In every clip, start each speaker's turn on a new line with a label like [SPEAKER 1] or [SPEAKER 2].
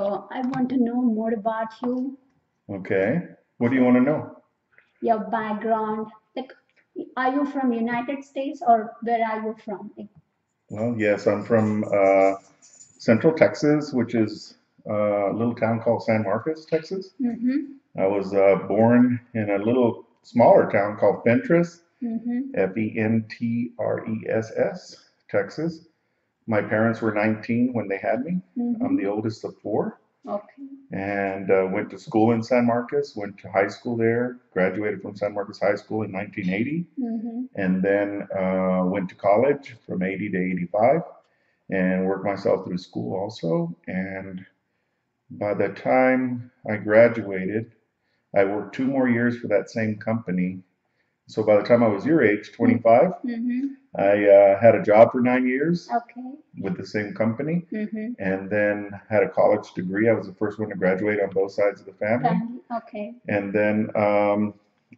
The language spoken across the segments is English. [SPEAKER 1] I want to know more about you,
[SPEAKER 2] Okay, what do you want to know?
[SPEAKER 1] your background. Like, are you from United States or where are you from? Like,
[SPEAKER 2] Well, yes, I'm from uh, Central Texas, which is uh, a little town called San Marcos, Texas.
[SPEAKER 1] mhm,
[SPEAKER 2] I was uh, born in a little smaller town called Fentress,
[SPEAKER 1] mhm,
[SPEAKER 2] F E N T R E S S, Texas. My parents were 19 when they had me. I'm
[SPEAKER 1] mhm.
[SPEAKER 2] the oldest of four
[SPEAKER 1] Okay.
[SPEAKER 2] and uh, went to school in San Marcos, went to high school there, graduated from San Marcos High School in 1980,
[SPEAKER 1] Mhm,
[SPEAKER 2] and then uh, went to college from 80 to 85 and worked myself through school also. And by the time I graduated, I worked two more years for that same company. So by the time I was your age, 25,
[SPEAKER 1] mhm.
[SPEAKER 2] I uh, had a job for nine years
[SPEAKER 1] Okay.
[SPEAKER 2] with the same company
[SPEAKER 1] Mhm.
[SPEAKER 2] and then had a college degree. I was the first one to graduate on both sides of the family.
[SPEAKER 1] Family. Okay.
[SPEAKER 2] And then um,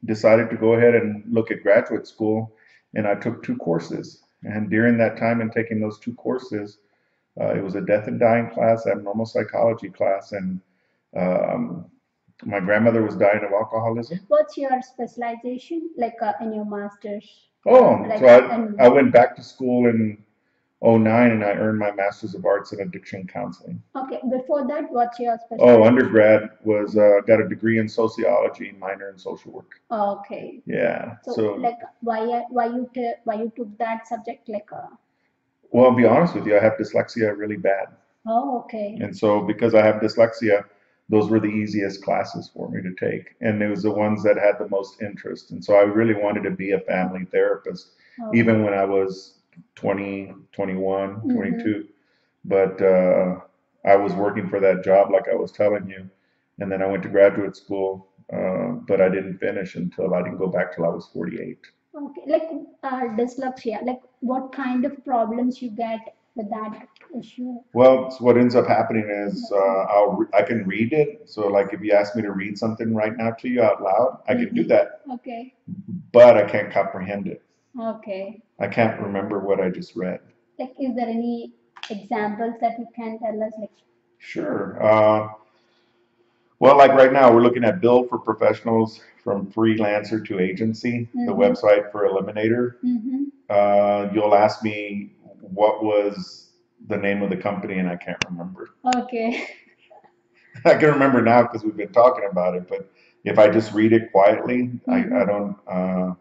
[SPEAKER 2] decided to go ahead and look at graduate school. And I took two courses. And during that time, in taking those two courses, uh, it was a death and dying class, abnormal psychology class. And um, my grandmother was dying of alcoholism.
[SPEAKER 1] What's your specialization, like uh, in your master's?
[SPEAKER 2] Oh,
[SPEAKER 1] Like,
[SPEAKER 2] so I,
[SPEAKER 1] and
[SPEAKER 2] I went back to school in 09 and I earned my master's of arts in addiction counseling.
[SPEAKER 1] okay, before that, what's your
[SPEAKER 2] Oh,
[SPEAKER 1] specialization?
[SPEAKER 2] undergrad was uh, got a degree in sociology, minor in social work.
[SPEAKER 1] okay.
[SPEAKER 2] Yeah.
[SPEAKER 1] So,
[SPEAKER 2] So,
[SPEAKER 1] like, why why you t- why you took that subject? Like, uh,
[SPEAKER 2] well, I'll be honest with you, I have dyslexia really bad,
[SPEAKER 1] oh, okay.
[SPEAKER 2] and so because I have dyslexia, those were the easiest classes for me to take, and it was the ones that had the most interest, and so I really wanted to be a family therapist,
[SPEAKER 1] Oh,
[SPEAKER 2] even when I was 20, 21,
[SPEAKER 1] Mhm.
[SPEAKER 2] 22. But uh, I was working for that job, like I was telling you. And then I went to graduate school, uh, but I didn't finish until I didn't go back till I was 48.
[SPEAKER 1] Okay, like uh, dyslexia, like what kind of problems you get with that issue?
[SPEAKER 2] Well, so what ends up happening is uh, I'll re- I can read it. So, like if you ask me to read something right now to you out loud, I can do
[SPEAKER 1] Mhm.
[SPEAKER 2] that,
[SPEAKER 1] Okay,
[SPEAKER 2] but I can't comprehend it.
[SPEAKER 1] okay.
[SPEAKER 2] I can't remember what I just read.
[SPEAKER 1] Like, is there any examples that you can tell us? Like,
[SPEAKER 2] Sure. Uh, well, like right now, we're looking at Bill for Professionals from Freelancer to Agency, the
[SPEAKER 1] Mhm.
[SPEAKER 2] website for Eliminator.
[SPEAKER 1] mm-hmm,
[SPEAKER 2] Uh, you'll ask me what was the name of the company, and I can't remember.
[SPEAKER 1] okay,
[SPEAKER 2] I can remember now because we've been talking about it, but if I just read it quietly, I, I
[SPEAKER 1] Mhm.
[SPEAKER 2] don't, uh,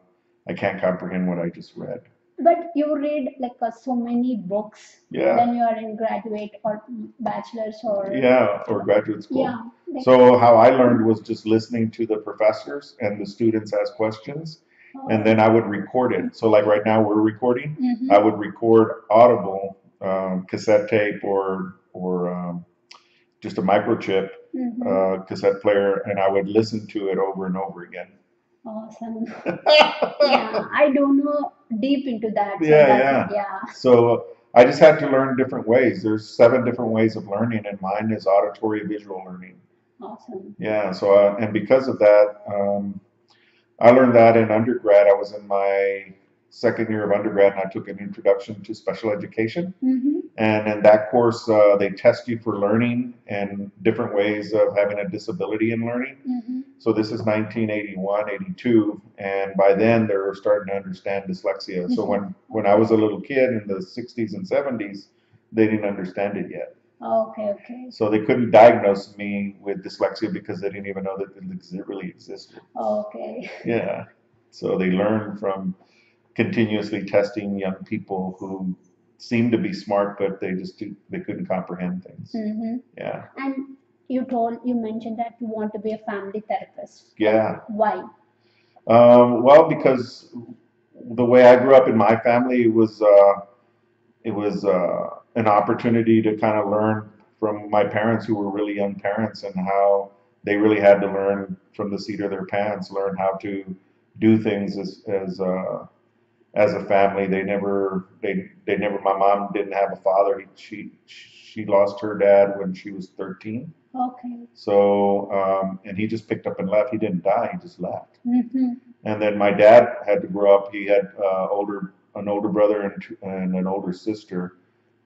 [SPEAKER 2] I can't comprehend what I just read.
[SPEAKER 1] but you read like uh, so many books
[SPEAKER 2] Yeah.
[SPEAKER 1] when you are in graduate or bachelor's or
[SPEAKER 2] Yeah, or graduate school.
[SPEAKER 1] yeah, like,
[SPEAKER 2] So how I learned was just listening to the professors and the students ask questions, and then I would record it. So like right now we're recording,
[SPEAKER 1] hmm
[SPEAKER 2] I would record audible um, cassette tape or or um, just a microchip
[SPEAKER 1] hmm
[SPEAKER 2] uh, cassette player, and I would listen to it over and over again.
[SPEAKER 1] awesome. Yeah, I don't know deep into that. so
[SPEAKER 2] Yeah,
[SPEAKER 1] that's- yeah.
[SPEAKER 2] So I just had to learn different ways. There's seven different ways of learning, and mine is auditory visual learning.
[SPEAKER 1] Awesome.
[SPEAKER 2] Yeah. So uh, and because of that, um, I learned that in undergrad. I was in my second year of undergrad, and I took an introduction to special education.
[SPEAKER 1] Mm-hmm.
[SPEAKER 2] And in that course, uh, they test you for learning and different ways of having a disability in learning.
[SPEAKER 1] Mm-hmm.
[SPEAKER 2] So this is 1981, 82, and by then they were starting to understand dyslexia. So when when I was a little kid in the 60s and 70s, they didn't understand it yet.
[SPEAKER 1] Okay, okay.
[SPEAKER 2] So they couldn't diagnose me with dyslexia because they didn't even know that it exi- really existed.
[SPEAKER 1] Okay.
[SPEAKER 2] Yeah. So they learned from continuously testing young people who seemed to be smart, but they just didn't- they couldn't comprehend things.
[SPEAKER 1] Mm-hmm.
[SPEAKER 2] Yeah.
[SPEAKER 1] And you told you mentioned that you want to be a family therapist.
[SPEAKER 2] Yeah.
[SPEAKER 1] Why?
[SPEAKER 2] Um, well, because the way I grew up in my family it was uh, it was uh, an opportunity to kind of learn from my parents, who were really young parents, and how they really had to learn from the seat of their pants, learn how to do things as as uh, as a family. They never they they never. My mom didn't have a father. She she lost her dad when she was 13.
[SPEAKER 1] Okay.
[SPEAKER 2] So um, and he just picked up and left. He didn't die. He just left.
[SPEAKER 1] Mm-hmm.
[SPEAKER 2] And then my dad had to grow up. He had uh, older an older brother and, two- and an older sister,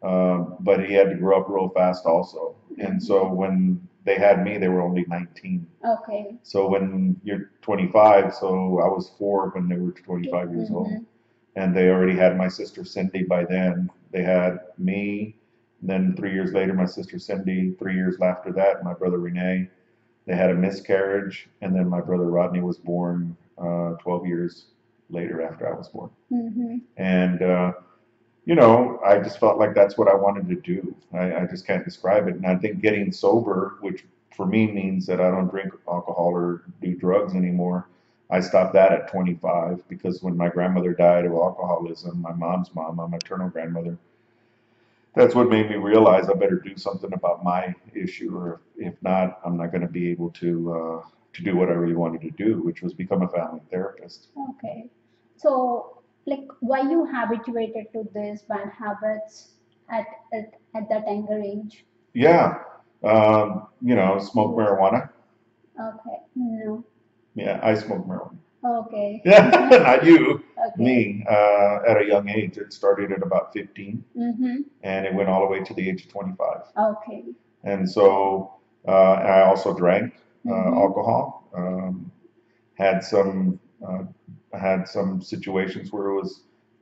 [SPEAKER 2] um, but he had to grow up real fast also. And so when they had me, they were only 19.
[SPEAKER 1] Okay.
[SPEAKER 2] So when you're 25, so I was four when they were 25 years old,
[SPEAKER 1] Mhm.
[SPEAKER 2] and they already had my sister Cindy by then. They had me. Then three years later, my sister Cindy. Three years after that, my brother Renee. They had a miscarriage, and then my brother Rodney was born uh, 12 years later after I was born
[SPEAKER 1] Mhm.
[SPEAKER 2] and uh, you know i just felt like that's what i wanted to do I, I just can't describe it and i think getting sober which for me means that i don't drink alcohol or do drugs anymore i stopped that at 25 because when my grandmother died of alcoholism my mom's mom my maternal grandmother that's what made me realize i better do something about my issue or if not i'm not going to be able to uh, to do what i really wanted to do which was become a family therapist
[SPEAKER 1] Okay. So, like, why you habituated to this bad habits at at, at that younger age?
[SPEAKER 2] Yeah. Um, you know, smoke marijuana.
[SPEAKER 1] Okay. No.
[SPEAKER 2] Yeah, I smoke marijuana.
[SPEAKER 1] Okay.
[SPEAKER 2] Yeah, not you,
[SPEAKER 1] Okay.
[SPEAKER 2] me, uh, at a young age. It started at about 15
[SPEAKER 1] Mhm.
[SPEAKER 2] and it went all the way to the age of 25.
[SPEAKER 1] Okay.
[SPEAKER 2] And so uh, I also drank uh,
[SPEAKER 1] Mhm.
[SPEAKER 2] alcohol. Um, had some uh, had some situations where it was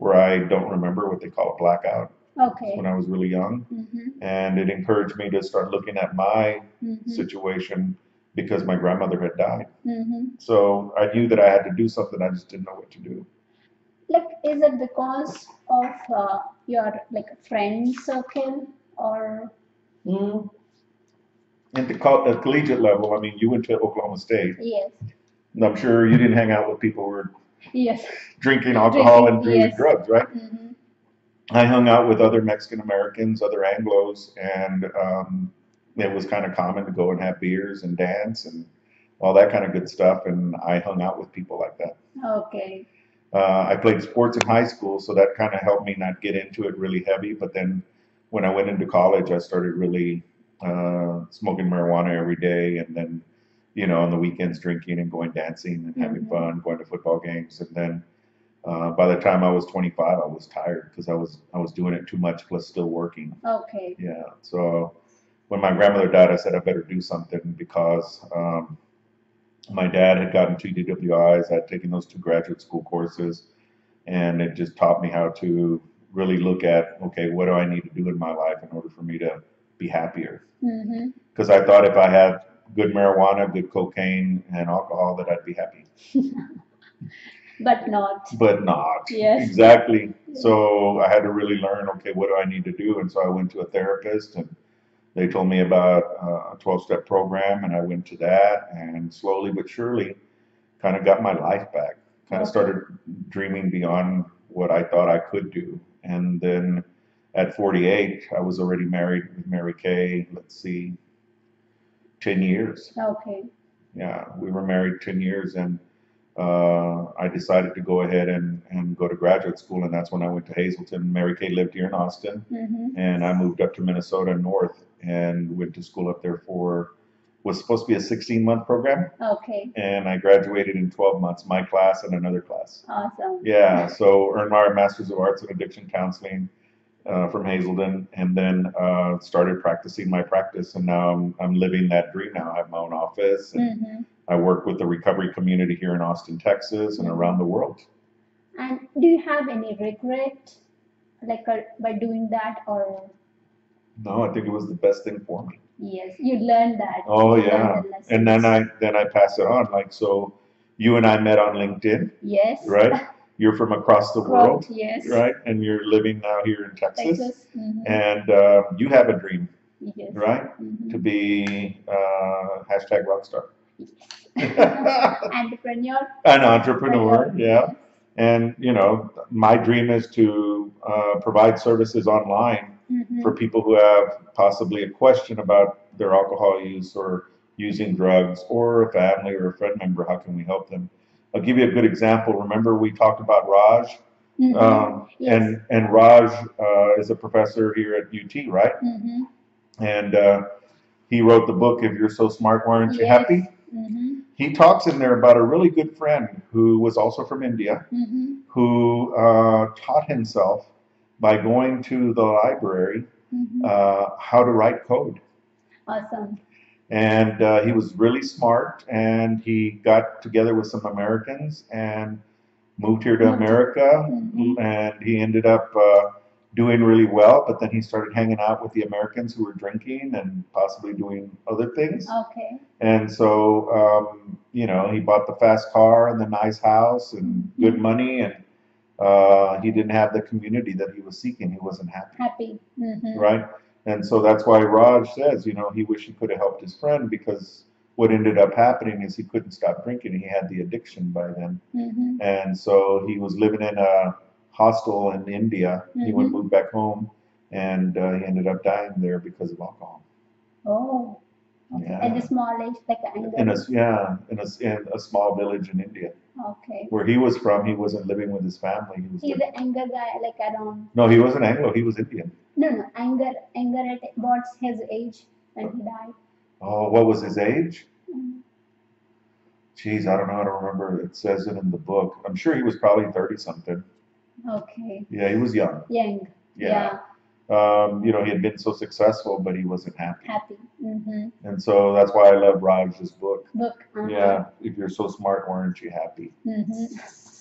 [SPEAKER 2] where I don't remember what they call a blackout
[SPEAKER 1] Okay.
[SPEAKER 2] when I was really young,
[SPEAKER 1] Mhm.
[SPEAKER 2] and it encouraged me to start looking at my
[SPEAKER 1] Mhm.
[SPEAKER 2] situation because my grandmother had died.
[SPEAKER 1] Mhm.
[SPEAKER 2] So I knew that I had to do something. I just didn't know what to do.
[SPEAKER 1] Like, is it because of uh, your like friend circle or?
[SPEAKER 2] And to call at collegiate level, I mean, you went to Oklahoma State.
[SPEAKER 1] Yes.
[SPEAKER 2] and I'm sure you didn't hang out with people who were
[SPEAKER 1] Yes.
[SPEAKER 2] drinking alcohol and doing
[SPEAKER 1] Drinking, yes.
[SPEAKER 2] drugs, right?
[SPEAKER 1] Mhm.
[SPEAKER 2] I hung out with other Mexican Americans, other Anglo's, and um, it was kind of common to go and have beers and dance and all that kind of good stuff. And I hung out with people like that.
[SPEAKER 1] Okay.
[SPEAKER 2] Uh, I played sports in high school, so that kind of helped me not get into it really heavy. But then when I went into college, I started really uh, smoking marijuana every day, and then you know on the weekends drinking and going dancing and having
[SPEAKER 1] Mhm.
[SPEAKER 2] fun, going to football games, and then. Uh, by the time I was 25, I was tired because I was I was doing it too much plus still working.
[SPEAKER 1] Okay.
[SPEAKER 2] Yeah. So when my grandmother died, I said I better do something because um, my dad had gotten two DWIs. I'd taken those two graduate school courses, and it just taught me how to really look at okay, what do I need to do in my life in order for me to be happier?
[SPEAKER 1] Mhm.
[SPEAKER 2] Because I thought if I had good marijuana, good cocaine, and alcohol, that I'd be happy.
[SPEAKER 1] But not.
[SPEAKER 2] But not.
[SPEAKER 1] Yes.
[SPEAKER 2] Exactly. So I had to really learn, okay, what do I need to do? And so I went to a therapist and they told me about uh, a 12 step program and I went to that and slowly but surely kind of got my life back. Kind of
[SPEAKER 1] Okay.
[SPEAKER 2] started dreaming beyond what I thought I could do. And then at 48, I was already married with Mary Kay, let's see, 10 years.
[SPEAKER 1] Okay.
[SPEAKER 2] Yeah, we were married 10 years and uh, I decided to go ahead and, and go to graduate school. And that's when I went to Hazleton. Mary Kay lived here in Austin
[SPEAKER 1] Mhm.
[SPEAKER 2] and I moved up to Minnesota North and went to school up there for, was supposed to be a 16 month program.
[SPEAKER 1] Okay.
[SPEAKER 2] And I graduated in 12 months, my class and another class.
[SPEAKER 1] Awesome.
[SPEAKER 2] Yeah, so earned my Master's of Arts in Addiction Counseling uh, from Hazelden and then uh, started practicing my practice. And now I'm, I'm living that dream now. I have my own office and
[SPEAKER 1] Mhm.
[SPEAKER 2] I work with the recovery community here in Austin, Texas, and around the world.
[SPEAKER 1] And do you have any regret, like uh, by doing that, or
[SPEAKER 2] No, I think it was the best thing for me.
[SPEAKER 1] yes, you learned that.
[SPEAKER 2] Oh
[SPEAKER 1] you learned
[SPEAKER 2] yeah,
[SPEAKER 1] the lessons.
[SPEAKER 2] and then I then I pass it on. Like so, you and I met on LinkedIn,
[SPEAKER 1] yes,
[SPEAKER 2] right? You're from across the
[SPEAKER 1] Growth,
[SPEAKER 2] world,
[SPEAKER 1] yes,
[SPEAKER 2] right? And you're living now here in Texas,
[SPEAKER 1] Texas, mhm,
[SPEAKER 2] and uh, you have a dream,
[SPEAKER 1] yes,
[SPEAKER 2] right?
[SPEAKER 1] mhm.
[SPEAKER 2] To be uh, hashtag rockstar,
[SPEAKER 1] entrepreneur,
[SPEAKER 2] an entrepreneur, yeah. And you know, my dream is to uh, provide services online
[SPEAKER 1] Mhm,
[SPEAKER 2] for people who have possibly a question about their alcohol use or using drugs or a family or a friend member, how can we help them? I'll give you a good example. Remember, we talked about Raj,
[SPEAKER 1] mhm,
[SPEAKER 2] um,
[SPEAKER 1] yes,
[SPEAKER 2] and and Raj uh, is a professor here at UT, right?
[SPEAKER 1] mhm,
[SPEAKER 2] And uh, he wrote the book "If You're So Smart, Why Aren't You
[SPEAKER 1] Yes.
[SPEAKER 2] Happy?"
[SPEAKER 1] mhm,
[SPEAKER 2] He talks in there about a really good friend who was also from India,
[SPEAKER 1] mhm,
[SPEAKER 2] who uh, taught himself by going to the library
[SPEAKER 1] mhm.
[SPEAKER 2] uh, how to write code.
[SPEAKER 1] awesome,
[SPEAKER 2] And uh, he was really smart, and he got together with some Americans and moved here to
[SPEAKER 1] Moved.
[SPEAKER 2] America.
[SPEAKER 1] Mhm.
[SPEAKER 2] And he ended up uh, doing really well, but then he started hanging out with the Americans who were drinking and possibly doing other
[SPEAKER 1] Oh.
[SPEAKER 2] things.
[SPEAKER 1] Okay.
[SPEAKER 2] And so, um, you know, he bought the fast car and the nice house and good money, and uh, he didn't have the community that he was seeking. He wasn't happy,
[SPEAKER 1] Happy. Mhm.
[SPEAKER 2] right? And so that's why Raj says, you know, he wished he could have helped his friend because what ended up happening is he couldn't stop drinking. He had the addiction by then.
[SPEAKER 1] Mhm.
[SPEAKER 2] And so he was living in a hostel in India. He would
[SPEAKER 1] Mhm.
[SPEAKER 2] move back home, and uh, he ended up dying there because of alcohol.
[SPEAKER 1] Oh. Okay.
[SPEAKER 2] Yeah.
[SPEAKER 1] At the small age, like
[SPEAKER 2] In
[SPEAKER 1] anger.
[SPEAKER 2] a yeah, in a, in a small village in India.
[SPEAKER 1] Okay.
[SPEAKER 2] where he was from, he wasn't living with his family. He was
[SPEAKER 1] He's
[SPEAKER 2] living,
[SPEAKER 1] an anger guy, like around.
[SPEAKER 2] no, he wasn't Anglo. He was Indian.
[SPEAKER 1] No, no, anger, anger at what's his age when he died.
[SPEAKER 2] Oh, what was his age?
[SPEAKER 1] Mm.
[SPEAKER 2] Geez, I don't know. I don't remember. It says it in the book. I'm sure he was probably thirty something.
[SPEAKER 1] Okay.
[SPEAKER 2] Yeah, he was young.
[SPEAKER 1] Young.
[SPEAKER 2] Yeah.
[SPEAKER 1] Yeah.
[SPEAKER 2] Um, you know, he had been so successful, but he wasn't happy.
[SPEAKER 1] Happy. Mm-hmm.
[SPEAKER 2] And so that's why I love Raj's book.
[SPEAKER 1] Book. uh-huh.
[SPEAKER 2] Yeah, if you're so smart, why aren't you happy?
[SPEAKER 1] Mhm.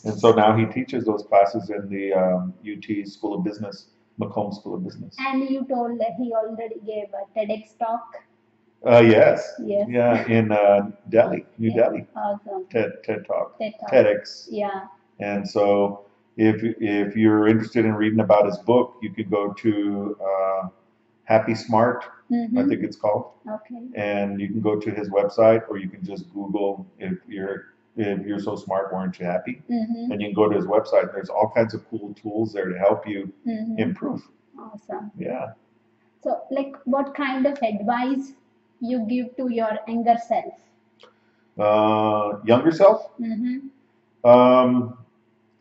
[SPEAKER 2] And so now he teaches those classes in the um, UT School of Business, Macomb School of Business.
[SPEAKER 1] And you told that he already gave a TEDx talk.
[SPEAKER 2] Uh, yes.
[SPEAKER 1] Yes.
[SPEAKER 2] Yeah, in uh, Delhi, New
[SPEAKER 1] Yeah.
[SPEAKER 2] Delhi,
[SPEAKER 1] Awesome.
[SPEAKER 2] TED TED Talk.
[SPEAKER 1] TED talk.
[SPEAKER 2] TEDx.
[SPEAKER 1] Yeah.
[SPEAKER 2] And so if, if you're interested in reading about his book, you could go to uh, Happy Smart, I
[SPEAKER 1] Mhm.
[SPEAKER 2] think it's called,
[SPEAKER 1] Okay.
[SPEAKER 2] and you can go to his website or you can just Google if you're if you're so smart, weren't you happy?
[SPEAKER 1] Mhm.
[SPEAKER 2] And you can go to his website. There's all kinds of cool tools there to help you
[SPEAKER 1] Mhm.
[SPEAKER 2] improve.
[SPEAKER 1] Awesome.
[SPEAKER 2] Yeah.
[SPEAKER 1] So, like, what kind of advice you give to your younger self?
[SPEAKER 2] Uh, younger self,
[SPEAKER 1] Mm-hmm.
[SPEAKER 2] um,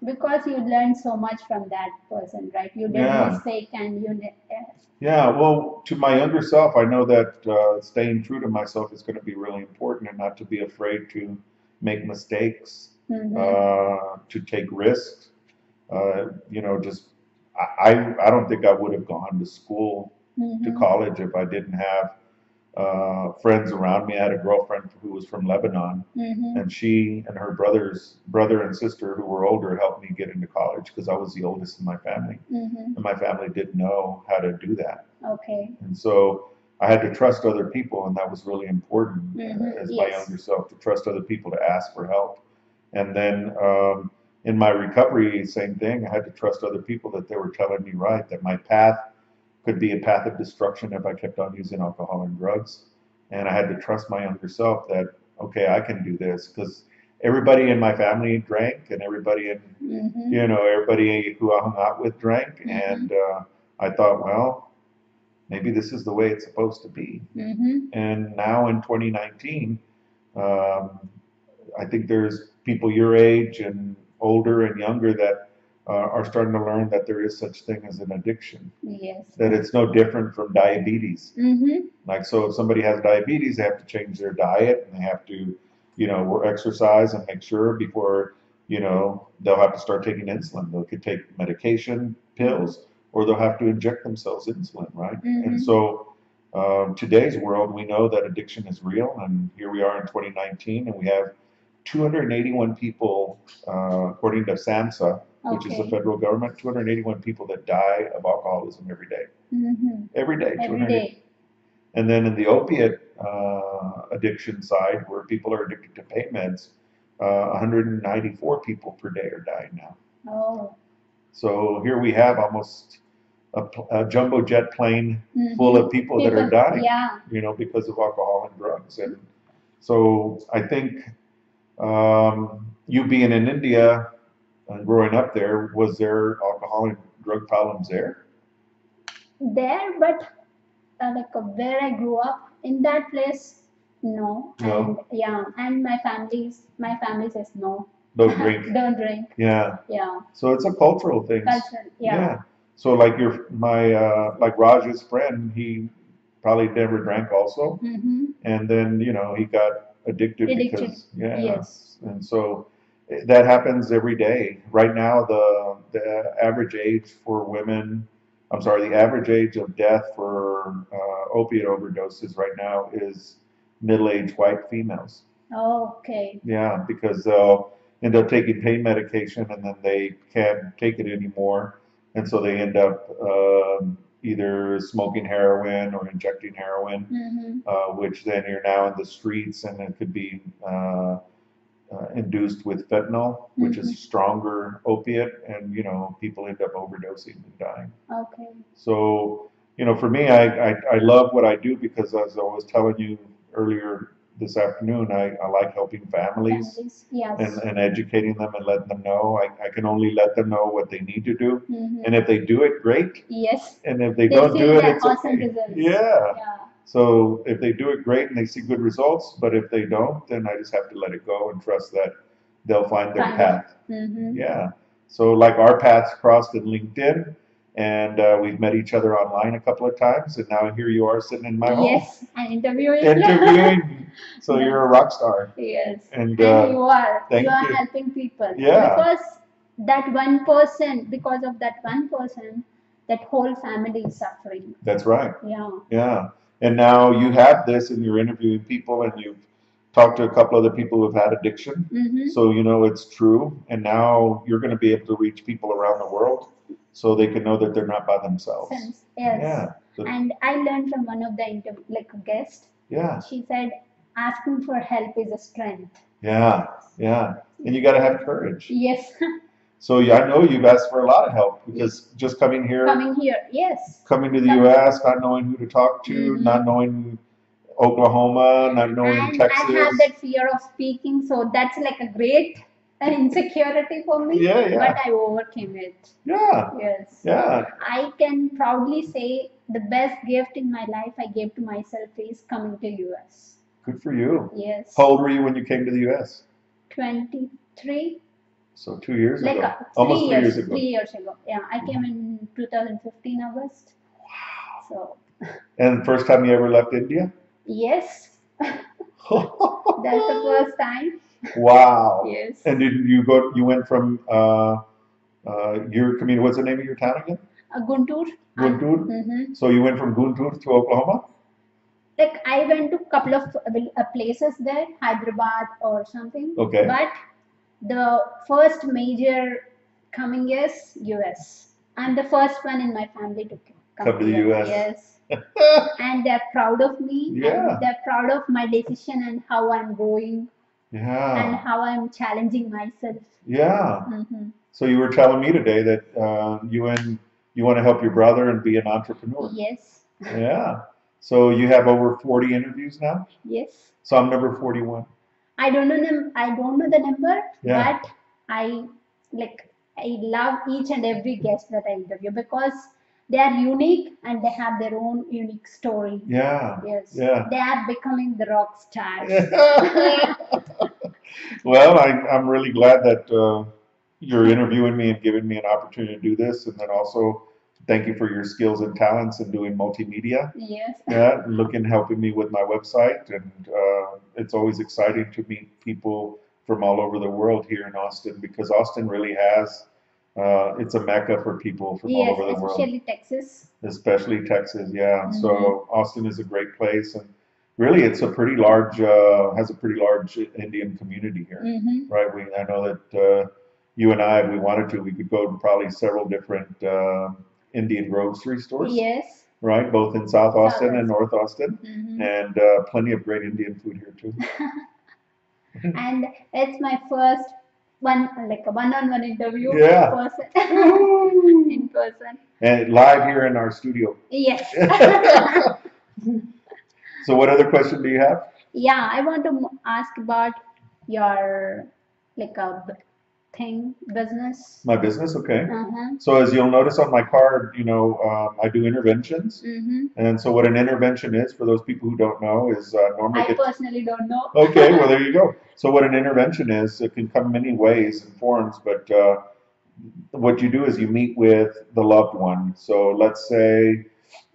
[SPEAKER 1] Because you learned so much from that person, right? You did
[SPEAKER 2] Yeah.
[SPEAKER 1] mistake and you did. Uh,
[SPEAKER 2] Yeah, well, to my younger self, I know that uh, staying true to myself is going to be really important and not to be afraid to make mistakes,
[SPEAKER 1] mhm.
[SPEAKER 2] uh, to take risks. Uh, you know, just I, I, I don't think I would have gone to school, to
[SPEAKER 1] Mhm.
[SPEAKER 2] college, if I didn't have uh, friends around me. I had a girlfriend who was from Lebanon,
[SPEAKER 1] Mhm.
[SPEAKER 2] and she and her brothers, brother and sister who were older, helped me get into college because I was the oldest in my family,
[SPEAKER 1] Mhm.
[SPEAKER 2] and my family didn't know how to do that.
[SPEAKER 1] Okay.
[SPEAKER 2] And so I had to trust other people, and that was really important uh,
[SPEAKER 1] Mhm,
[SPEAKER 2] as my
[SPEAKER 1] yes.
[SPEAKER 2] younger self to trust other people to ask for help. And then um, in my recovery, same thing. I had to trust other people that they were telling me right, that my path could be a path of destruction if I kept on using alcohol and drugs. And I had to trust my younger self that, okay, I can do this because everybody in my family drank and everybody in
[SPEAKER 1] Mhm.
[SPEAKER 2] you know, everybody who I hung out with drank, and uh, I thought, well, maybe this is the way it's supposed to be.
[SPEAKER 1] Mhm.
[SPEAKER 2] And now in 2019, um, I think there's people your age and older and younger that uh, are starting to learn that there is such thing as an addiction,
[SPEAKER 1] Yes.
[SPEAKER 2] that it's no different from diabetes.
[SPEAKER 1] Mhm.
[SPEAKER 2] Like, so if somebody has diabetes, they have to change their diet and they have to, you know, work- exercise and make sure before, you know, they'll have to start taking insulin. They could take medication, pills, or they'll have to inject themselves insulin, right?
[SPEAKER 1] Mhm.
[SPEAKER 2] And so, um, today's world, we know that addiction is real. And here we are in 2019, and we have 281 people, uh, according to SAMHSA, which is the
[SPEAKER 1] Okay.
[SPEAKER 2] federal government, 281 people that die of alcoholism every day.
[SPEAKER 1] Mhm.
[SPEAKER 2] Every day,
[SPEAKER 1] Every
[SPEAKER 2] 281.
[SPEAKER 1] day.
[SPEAKER 2] And then in the opiate uh, addiction side, where people are addicted to pain meds, uh, 194 people per day are dying now.
[SPEAKER 1] Oh.
[SPEAKER 2] So here we have almost a, pl- a jumbo jet plane full of Mm-hmm. people that are dying,
[SPEAKER 1] Mm-hmm. Yeah.
[SPEAKER 2] you know, because of alcohol and drugs. And so I think um, you being in India and growing up there, was there alcohol and drug problems there?
[SPEAKER 1] there, but uh, like uh, where I grew up in that place, no.
[SPEAKER 2] No.
[SPEAKER 1] And yeah, and my family's my family says no.
[SPEAKER 2] No drink.
[SPEAKER 1] Don't drink.
[SPEAKER 2] Yeah.
[SPEAKER 1] Yeah,
[SPEAKER 2] So it's a cultural thing.
[SPEAKER 1] culture. Yeah.
[SPEAKER 2] So like your my uh, like Raj's friend, he probably never drank also,
[SPEAKER 1] Mm-hmm.
[SPEAKER 2] and then you know he got addicted,
[SPEAKER 1] Addicted.
[SPEAKER 2] because yeah.
[SPEAKER 1] Yes.
[SPEAKER 2] And so eh, that happens every day. Right now, the the average age for women, I'm sorry, the average age of death for uh, opiate overdoses right now is middle-aged white females.
[SPEAKER 1] Okay.
[SPEAKER 2] Yeah, because they'll end up taking pain medication and then they can't take it anymore. And so they end up um, either smoking heroin or injecting heroin,
[SPEAKER 1] Mm-hmm.
[SPEAKER 2] uh, which then you're now in the streets and it could be uh, uh, induced with fentanyl, which is stronger opiate. And, you know, people end up overdosing and dying.
[SPEAKER 1] Okay.
[SPEAKER 2] So, you know, for me, I, I, I love what I do because as I was telling you earlier this afternoon, I, I like helping families
[SPEAKER 1] Families, Yes.
[SPEAKER 2] and, and educating them and letting them know. I, I can only let them know what they need to do.
[SPEAKER 1] Mhm.
[SPEAKER 2] And if they do it, great.
[SPEAKER 1] Yes.
[SPEAKER 2] And if they
[SPEAKER 1] They
[SPEAKER 2] don't
[SPEAKER 1] feel
[SPEAKER 2] do it,
[SPEAKER 1] their
[SPEAKER 2] it's
[SPEAKER 1] awesome
[SPEAKER 2] okay.
[SPEAKER 1] results.
[SPEAKER 2] Yeah.
[SPEAKER 1] Yeah.
[SPEAKER 2] So if they do it, great, and they see good results. But if they don't, then I just have to let it go and trust that they'll find their
[SPEAKER 1] Find it.
[SPEAKER 2] path.
[SPEAKER 1] Mm-hmm.
[SPEAKER 2] Yeah. So like our paths crossed in LinkedIn, and uh, we've met each other online a couple of times, and now here you are sitting in my home
[SPEAKER 1] Yes. And interviewing. you.
[SPEAKER 2] interviewing. me. So
[SPEAKER 1] Yeah.
[SPEAKER 2] you're a rock star,
[SPEAKER 1] Yes.
[SPEAKER 2] and
[SPEAKER 1] and
[SPEAKER 2] uh,
[SPEAKER 1] you are
[SPEAKER 2] thank
[SPEAKER 1] you are
[SPEAKER 2] you.
[SPEAKER 1] helping people
[SPEAKER 2] Yeah.
[SPEAKER 1] because that one person because of that one person that whole family is suffering
[SPEAKER 2] that's right.
[SPEAKER 1] yeah
[SPEAKER 2] Yeah. And now you have this and you're interviewing people and you've talked to a couple other people who've had addiction.
[SPEAKER 1] mm-hmm.
[SPEAKER 2] So you know it's true. And now you're going to be able to reach people around the world so they can know that they're not by themselves.
[SPEAKER 1] sense yes
[SPEAKER 2] Yeah. So-
[SPEAKER 1] and i learned from one of the inter- like guest
[SPEAKER 2] yeah.
[SPEAKER 1] she said asking for help is a strength
[SPEAKER 2] Yeah. Yeah. And you got to have courage.
[SPEAKER 1] yes
[SPEAKER 2] So yeah, I know you've asked for a lot of help because just coming here,
[SPEAKER 1] coming here yes
[SPEAKER 2] coming to the US, not knowing who to talk to,
[SPEAKER 1] Mhm.
[SPEAKER 2] not knowing Oklahoma, not knowing
[SPEAKER 1] and i have
[SPEAKER 2] Texas.
[SPEAKER 1] that fear of speaking so that's like a great uh, insecurity for me
[SPEAKER 2] Yeah, yeah.
[SPEAKER 1] but i overcame it
[SPEAKER 2] Yeah.
[SPEAKER 1] yes
[SPEAKER 2] Yeah.
[SPEAKER 1] I can proudly say the best gift in my life I gave to myself is coming to US.
[SPEAKER 2] Good for you.
[SPEAKER 1] Yes.
[SPEAKER 2] How old were you when you came to the US?
[SPEAKER 1] 23,
[SPEAKER 2] So two years
[SPEAKER 1] like
[SPEAKER 2] ago,
[SPEAKER 1] uh, three
[SPEAKER 2] almost three years, ago.
[SPEAKER 1] three years ago. Yeah, I came in 2015 August. So
[SPEAKER 2] And the first time you ever left India?
[SPEAKER 1] yes,
[SPEAKER 2] wow.
[SPEAKER 1] that's the first time. Yes.
[SPEAKER 2] And did you go? You went from uh, uh, your community. What's the name of your town again?
[SPEAKER 1] Uh, Guntur.
[SPEAKER 2] Guntur.
[SPEAKER 1] Mm-hmm.
[SPEAKER 2] So you went from Guntur to Oklahoma.
[SPEAKER 1] Like I went to couple of uh, vil- uh, places there, Hyderabad or something.
[SPEAKER 2] Okay.
[SPEAKER 1] But the first major coming is US. I'm the first one in my family to come,
[SPEAKER 2] Come to the
[SPEAKER 1] here,
[SPEAKER 2] US.
[SPEAKER 1] Yes. and they're proud of me.
[SPEAKER 2] Yeah.
[SPEAKER 1] And they're proud of my decision and how I'm growing and
[SPEAKER 2] Yeah.
[SPEAKER 1] how I'm challenging myself.
[SPEAKER 2] Yeah.
[SPEAKER 1] hmm
[SPEAKER 2] So you were telling me today that uh, you and you want to help your brother and be an entrepreneur.
[SPEAKER 1] Yes.
[SPEAKER 2] Yeah. So you have over 40 interviews now.
[SPEAKER 1] Yes.
[SPEAKER 2] So I'm number 41.
[SPEAKER 1] I don't know. Num- I don't know the number,
[SPEAKER 2] Yeah.
[SPEAKER 1] but I like. I love each and every guest that I interview because they are unique and they have their own unique story.
[SPEAKER 2] Yeah.
[SPEAKER 1] Yes.
[SPEAKER 2] Yeah.
[SPEAKER 1] They are becoming the rock stars.
[SPEAKER 2] Well, I, I'm really glad that uh, you're interviewing me and giving me an opportunity to do this, and then also thank you for your skills and talents in doing multimedia.
[SPEAKER 1] yes.
[SPEAKER 2] Yeah, and looking, helping me with my website, and uh, it's always exciting to meet people from all over the world here in Austin because Austin really has uh, it's a mecca for people from all
[SPEAKER 1] Yes,
[SPEAKER 2] over the world,
[SPEAKER 1] especially Texas.
[SPEAKER 2] especially Texas. Yeah, so
[SPEAKER 1] Mhm.
[SPEAKER 2] Austin is a great place, and really, it's a pretty large uh, has a pretty large Indian community here
[SPEAKER 1] Mm-hmm.
[SPEAKER 2] right? We, I know that uh, you and I, if we wanted to, we could go to probably several different uh, Indian grocery stores,
[SPEAKER 1] Yes.
[SPEAKER 2] right? Both in South Austin and
[SPEAKER 1] Austin.
[SPEAKER 2] North Austin,
[SPEAKER 1] hmm
[SPEAKER 2] and uh, plenty of great Indian food here too.
[SPEAKER 1] And it's my first one, like a one-on-one interview
[SPEAKER 2] Yeah.
[SPEAKER 1] in person. in person.
[SPEAKER 2] and live here in our studio.
[SPEAKER 1] Yes.
[SPEAKER 2] so, what other question do you have?
[SPEAKER 1] yeah, I want to m- ask about your like a b- thing business.
[SPEAKER 2] My business, okay.
[SPEAKER 1] Uh-huh.
[SPEAKER 2] So, as you'll notice on my card, you know, um, I do interventions.
[SPEAKER 1] Mm-hmm.
[SPEAKER 2] And so, what an intervention is, for those people who don't know, is uh, normally
[SPEAKER 1] I
[SPEAKER 2] get
[SPEAKER 1] personally don't know.
[SPEAKER 2] Okay, well, there you go. So, what an intervention is, it can come many ways and forms, but uh, what you do is you meet with the loved one. So, let's say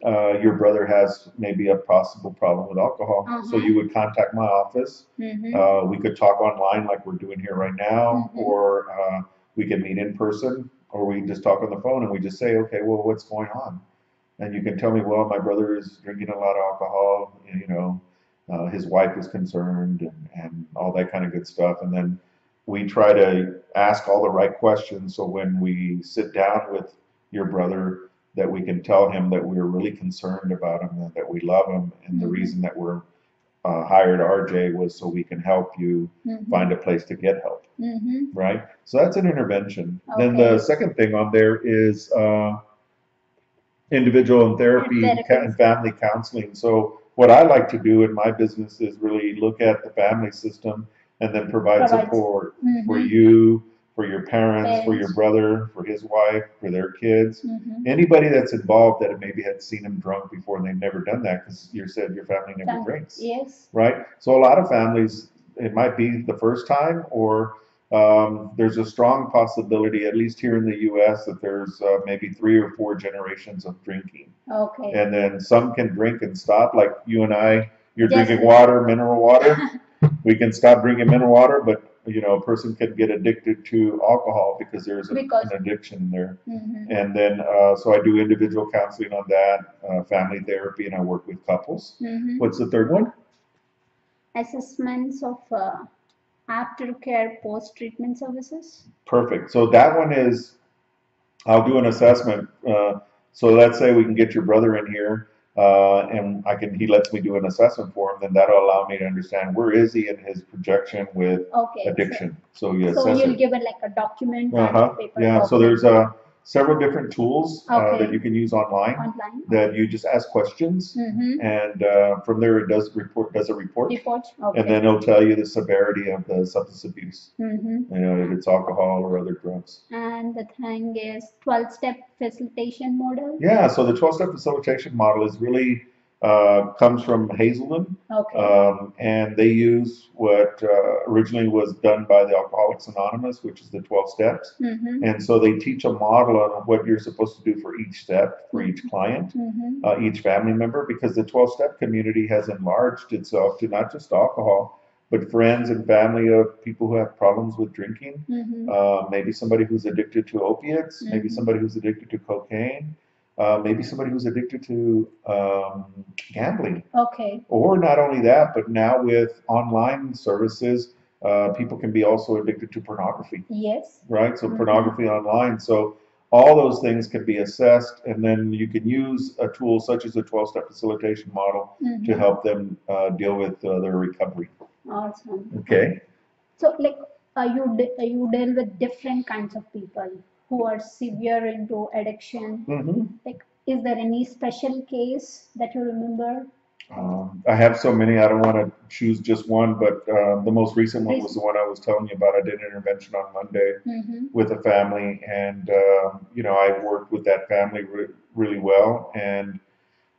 [SPEAKER 2] uh, your brother has maybe a possible problem with alcohol. So,
[SPEAKER 1] Uh-huh.
[SPEAKER 2] you would contact my office.
[SPEAKER 1] Mm-hmm.
[SPEAKER 2] Uh, we could talk online like we're doing here right now,
[SPEAKER 1] Mhm.
[SPEAKER 2] or uh, we could meet in person, or we just talk on the phone and we just say, okay, well, what's going on? And you can tell me, well, my brother is drinking a lot of alcohol, you know, uh, his wife was concerned and, and all that kind of good stuff. And then we try to ask all the right questions so when we sit down with your brother, that we can tell him that we're really concerned about him and that we love him. And the
[SPEAKER 1] Mhm.
[SPEAKER 2] reason that we're uh, hired RJ was so we can help you find a place to get help
[SPEAKER 1] Mm-hmm.
[SPEAKER 2] right? So that's an intervention. Then the
[SPEAKER 1] Okay.
[SPEAKER 2] second thing on there is uh, individual and therapy
[SPEAKER 1] And
[SPEAKER 2] and,
[SPEAKER 1] therapy.
[SPEAKER 2] and family counseling. So what I like to do in my business is really look at the family system and then provide
[SPEAKER 1] Provide-
[SPEAKER 2] support for
[SPEAKER 1] Mm-hmm.
[SPEAKER 2] you, for your parents, for your
[SPEAKER 1] Parents.
[SPEAKER 2] brother, for his wife, for their kids.
[SPEAKER 1] Mm-hmm.
[SPEAKER 2] Anybody that's involved that maybe had seen him drunk before and they've never done that because you said your family never
[SPEAKER 1] Fam-
[SPEAKER 2] drinks
[SPEAKER 1] Yes.
[SPEAKER 2] right? So a lot of families, it might be the first time, or um, there's a strong possibility, at least here in the U.S., that there's uh, maybe three or four generations of drinking,
[SPEAKER 1] Okay.
[SPEAKER 2] and then some can drink and stop, like you and I. You're
[SPEAKER 1] Yes.
[SPEAKER 2] drinking water, mineral water. we can stop drinking mineral water, but you know, a person could get addicted to alcohol because there's a,
[SPEAKER 1] Because-
[SPEAKER 2] an addiction there.
[SPEAKER 1] Mm-hmm.
[SPEAKER 2] And then, uh, so I do individual counseling on that, uh, family therapy, and I work with couples.
[SPEAKER 1] Mm-hmm.
[SPEAKER 2] What's the third one?
[SPEAKER 1] Assessments of uh, aftercare post-treatment services.
[SPEAKER 2] Perfect. So that one is, I'll do an assessment. Uh, so let's say we can get your brother in here, uh, and I can, he lets me do an assessment for him, then that'll allow me to understand where is he in his projection with
[SPEAKER 1] Okay. so-
[SPEAKER 2] addiction. So you
[SPEAKER 1] So
[SPEAKER 2] assess
[SPEAKER 1] you'll
[SPEAKER 2] it.
[SPEAKER 1] give it like a document and
[SPEAKER 2] Uh-huh.
[SPEAKER 1] paper.
[SPEAKER 2] Yeah, so
[SPEAKER 1] copy
[SPEAKER 2] there's, uh, several different tools, uh,
[SPEAKER 1] Okay.
[SPEAKER 2] that you can use online
[SPEAKER 1] Online.
[SPEAKER 2] that you just ask questions.
[SPEAKER 1] Mm-hmm.
[SPEAKER 2] And, uh, from there it does report, does a report.
[SPEAKER 1] Report.
[SPEAKER 2] And
[SPEAKER 1] Okay.
[SPEAKER 2] then it'll tell you the severity of the substance abuse,
[SPEAKER 1] Mm-hmm.
[SPEAKER 2] you know, if it's alcohol or other drugs.
[SPEAKER 1] And the thing is 12-step facilitation model.
[SPEAKER 2] Yeah, so the 12 step facilitation model is really uh, comes from Hazelden,
[SPEAKER 1] Okay.
[SPEAKER 2] um, and they use what uh, originally was done by the Alcoholics Anonymous, which is the 12 steps.
[SPEAKER 1] Mm-hmm.
[SPEAKER 2] And so they teach a model on what you're supposed to do for each step, for each client,
[SPEAKER 1] Mm-hmm.
[SPEAKER 2] uh, each family member, because the 12 step community has enlarged itself to not just alcohol, but friends and family of people who have problems with drinking,
[SPEAKER 1] Mm-hmm.
[SPEAKER 2] uh, maybe somebody who's addicted to opiates, maybe
[SPEAKER 1] Mhm.
[SPEAKER 2] somebody who's addicted to cocaine, uh, maybe somebody who's addicted to um, gambling.
[SPEAKER 1] Okay.
[SPEAKER 2] Or not only that, but now with online services, uh, people can be also addicted to pornography,
[SPEAKER 1] Yes.
[SPEAKER 2] right? So
[SPEAKER 1] Mhm.
[SPEAKER 2] pornography online. So all those things can be assessed, and then you can use a tool such as a 12 step facilitation model to
[SPEAKER 1] Mm-hmm.
[SPEAKER 2] help them uh, deal with uh, their recovery.
[SPEAKER 1] Awesome.
[SPEAKER 2] Okay.
[SPEAKER 1] So like uh, you de- uh, you deal with different kinds of people who are severe into addiction.
[SPEAKER 2] hmm
[SPEAKER 1] Is there any special case that you remember?
[SPEAKER 2] Um, I have so many, I don't want to choose just one, but uh, the most recent one was the one I was telling you about. I did an intervention on Monday
[SPEAKER 1] Mm-hmm.
[SPEAKER 2] with a family, and um, you know, I worked with that family re- really well, and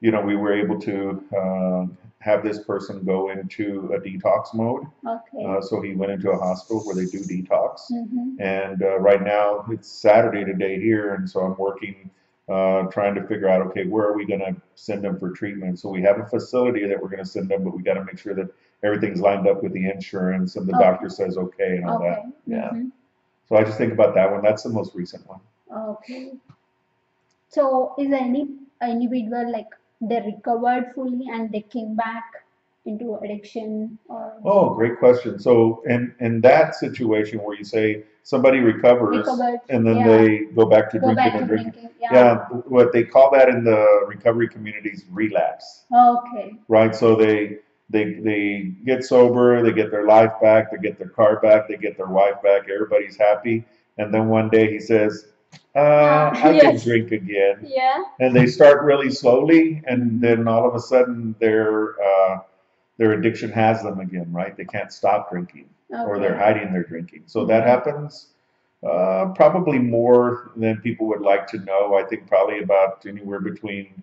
[SPEAKER 2] you know, we were able to um have this person go into a detox mode.
[SPEAKER 1] Okay.
[SPEAKER 2] Uh, so he went into a hospital where they do detox.
[SPEAKER 1] Mm-hmm.
[SPEAKER 2] And uh, right now it's Saturday today here, and so I'm working, uh, trying to figure out, okay, where are we gonna send them for treatment? So we have a facility that we're gonna send them, but we gotta make sure that everything's lined up with the insurance and the
[SPEAKER 1] Okay.
[SPEAKER 2] doctor says okay and all
[SPEAKER 1] Okay.
[SPEAKER 2] that. yeah.
[SPEAKER 1] Mm-hmm.
[SPEAKER 2] So I just think about that one. That's the most recent one.
[SPEAKER 1] Okay. So is there any individual like they recovered fully and they came back into addiction or
[SPEAKER 2] Oh, great question. So in in that situation where you say somebody recovers
[SPEAKER 1] recovered?
[SPEAKER 2] and then
[SPEAKER 1] yeah.
[SPEAKER 2] they go back to
[SPEAKER 1] go
[SPEAKER 2] drinking
[SPEAKER 1] back to
[SPEAKER 2] and drinking.
[SPEAKER 1] drinking.
[SPEAKER 2] Yeah, what they call that in the recovery community is relapse.
[SPEAKER 1] Okay.
[SPEAKER 2] right? So they they they get sober, they get their life back, they get their car back, they get their wife back. Everybody's happy, and then one day he says, uh,
[SPEAKER 1] Ah,
[SPEAKER 2] "I
[SPEAKER 1] yes.
[SPEAKER 2] can drink again,"
[SPEAKER 1] Yeah.
[SPEAKER 2] and they start really slowly, and then all of a sudden their uh, their addiction has them again, right? They can't stop drinking,
[SPEAKER 1] Okay.
[SPEAKER 2] or they're hiding their drinking. So that happens. Uh, probably more than people would like to know. I think probably about anywhere between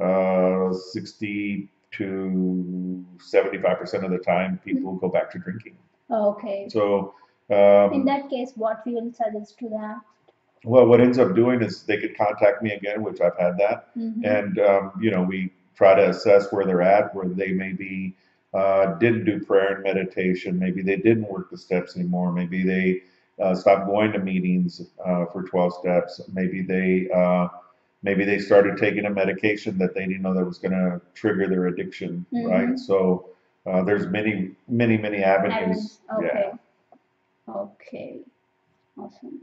[SPEAKER 2] uh, 60 to 75% of the time, people go back to drinking.
[SPEAKER 1] Mm-hmm. Okay.
[SPEAKER 2] So,
[SPEAKER 1] In
[SPEAKER 2] um,
[SPEAKER 1] that case, what we will suggest to them?
[SPEAKER 2] well, what ends up doing is they could contact me again, which I've had that.
[SPEAKER 1] Mhm.
[SPEAKER 2] And, um, you know, we try to assess where they're at, where they maybe uh, didn't do prayer and meditation. Maybe they didn't work the steps anymore. Maybe they uh, stopped going to meetings uh, for 12 steps. Maybe they, uh, maybe they started taking a medication that they didn't know that was going to trigger their addiction, right?
[SPEAKER 1] Mhm.
[SPEAKER 2] So Uh, there's many, many, many avenues.
[SPEAKER 1] I will-
[SPEAKER 2] Yeah.
[SPEAKER 1] okay. Okay. Awesome.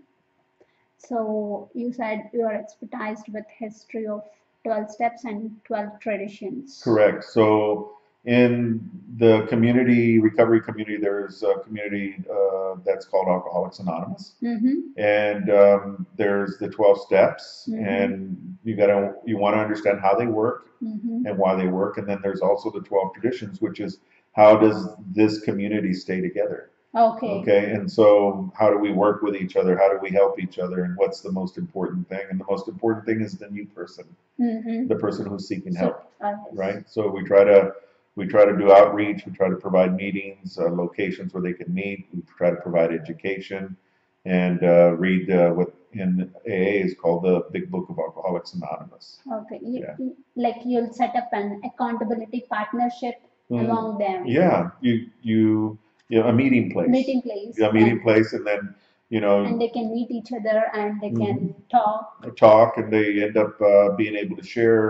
[SPEAKER 1] So you said you are expertise with history of 12 steps and 12 traditions.
[SPEAKER 2] Correct. So in the community, recovery community, there's a community uh, that's called Alcoholics Anonymous.
[SPEAKER 1] Mm-hmm.
[SPEAKER 2] And um, there's the 12 steps
[SPEAKER 1] Mhm.
[SPEAKER 2] and you gotta, you want to understand how they work
[SPEAKER 1] Mm-hmm.
[SPEAKER 2] and why they work. And then there's also the 12 traditions, which is how does this community stay together?
[SPEAKER 1] Okay.
[SPEAKER 2] Okay, and so how do we work with each other? How do we help each other? And what's the most important thing? And the most important thing is the new person,
[SPEAKER 1] Mm-hmm.
[SPEAKER 2] the person who's seeking help, right? So we try to we try to do outreach. We try to provide meetings, uh, locations where they can meet. We try to provide education, and uh, read uh, what in AA is called the Big Book of Alcoholics Anonymous.
[SPEAKER 1] Okay. You,
[SPEAKER 2] Yeah.
[SPEAKER 1] you- like you'll set up an accountability partnership among them.
[SPEAKER 2] Mm. Yeah, you you you know, a meeting place,
[SPEAKER 1] Meeting place.
[SPEAKER 2] a meeting
[SPEAKER 1] and,
[SPEAKER 2] place, and then you know
[SPEAKER 1] and they can meet each other and they can
[SPEAKER 2] Mm-hmm.
[SPEAKER 1] talk.
[SPEAKER 2] talk and they end up uh, being able to share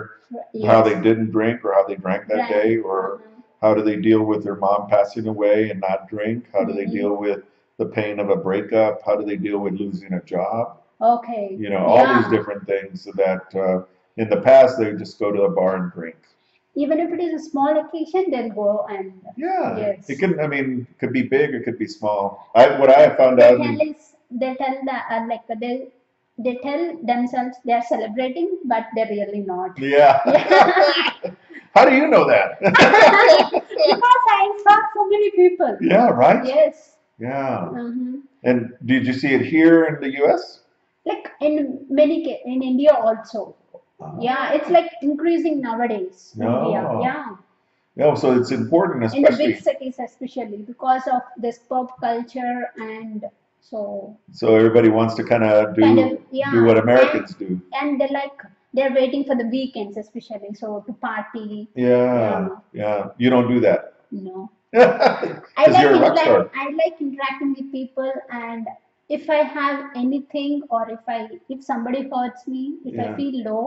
[SPEAKER 2] how
[SPEAKER 1] Yes.
[SPEAKER 2] they didn't drink or how they drank that
[SPEAKER 1] Right.
[SPEAKER 2] day or
[SPEAKER 1] Mhm.
[SPEAKER 2] how do they deal with their mom passing away and not drink how do they
[SPEAKER 1] Mhm.
[SPEAKER 2] deal with the pain of a breakup how do they deal with losing a job
[SPEAKER 1] Okay.
[SPEAKER 2] you know all
[SPEAKER 1] Yeah.
[SPEAKER 2] these different things that uh, in the past they would just go to the bar and drink
[SPEAKER 1] Even if it is a small occasion, they'll go and
[SPEAKER 2] yeah
[SPEAKER 1] Yes.
[SPEAKER 2] it can i mean it could be big it could be small i what i have found
[SPEAKER 1] they
[SPEAKER 2] out
[SPEAKER 1] tell is they tell the uh, like they they tell themselves they are celebrating, but they're really not.
[SPEAKER 2] yeah how do you know that
[SPEAKER 1] because I saw so many people.
[SPEAKER 2] yeah right
[SPEAKER 1] Yes.
[SPEAKER 2] yeah
[SPEAKER 1] hmm
[SPEAKER 2] And did you see it here in the U.S.?
[SPEAKER 1] Like in many ca- in India also. Yeah, it's like increasing nowadays. in India.
[SPEAKER 2] No.
[SPEAKER 1] Yeah.
[SPEAKER 2] No, Oh, so it's important,
[SPEAKER 1] In the big
[SPEAKER 2] especially
[SPEAKER 1] cities, especially because of this pop culture and so
[SPEAKER 2] so everybody wants to kind of
[SPEAKER 1] kind
[SPEAKER 2] do
[SPEAKER 1] of yeah.
[SPEAKER 2] do what Americans do.
[SPEAKER 1] and they're like they're waiting for the weekends especially so to party
[SPEAKER 2] Yeah, yeah. You don't do that
[SPEAKER 1] no
[SPEAKER 2] because
[SPEAKER 1] i like
[SPEAKER 2] you're a rock
[SPEAKER 1] interact-
[SPEAKER 2] star.
[SPEAKER 1] i like interacting with people and if i have anything or if i if somebody hurts me if i
[SPEAKER 2] Yeah.
[SPEAKER 1] feel low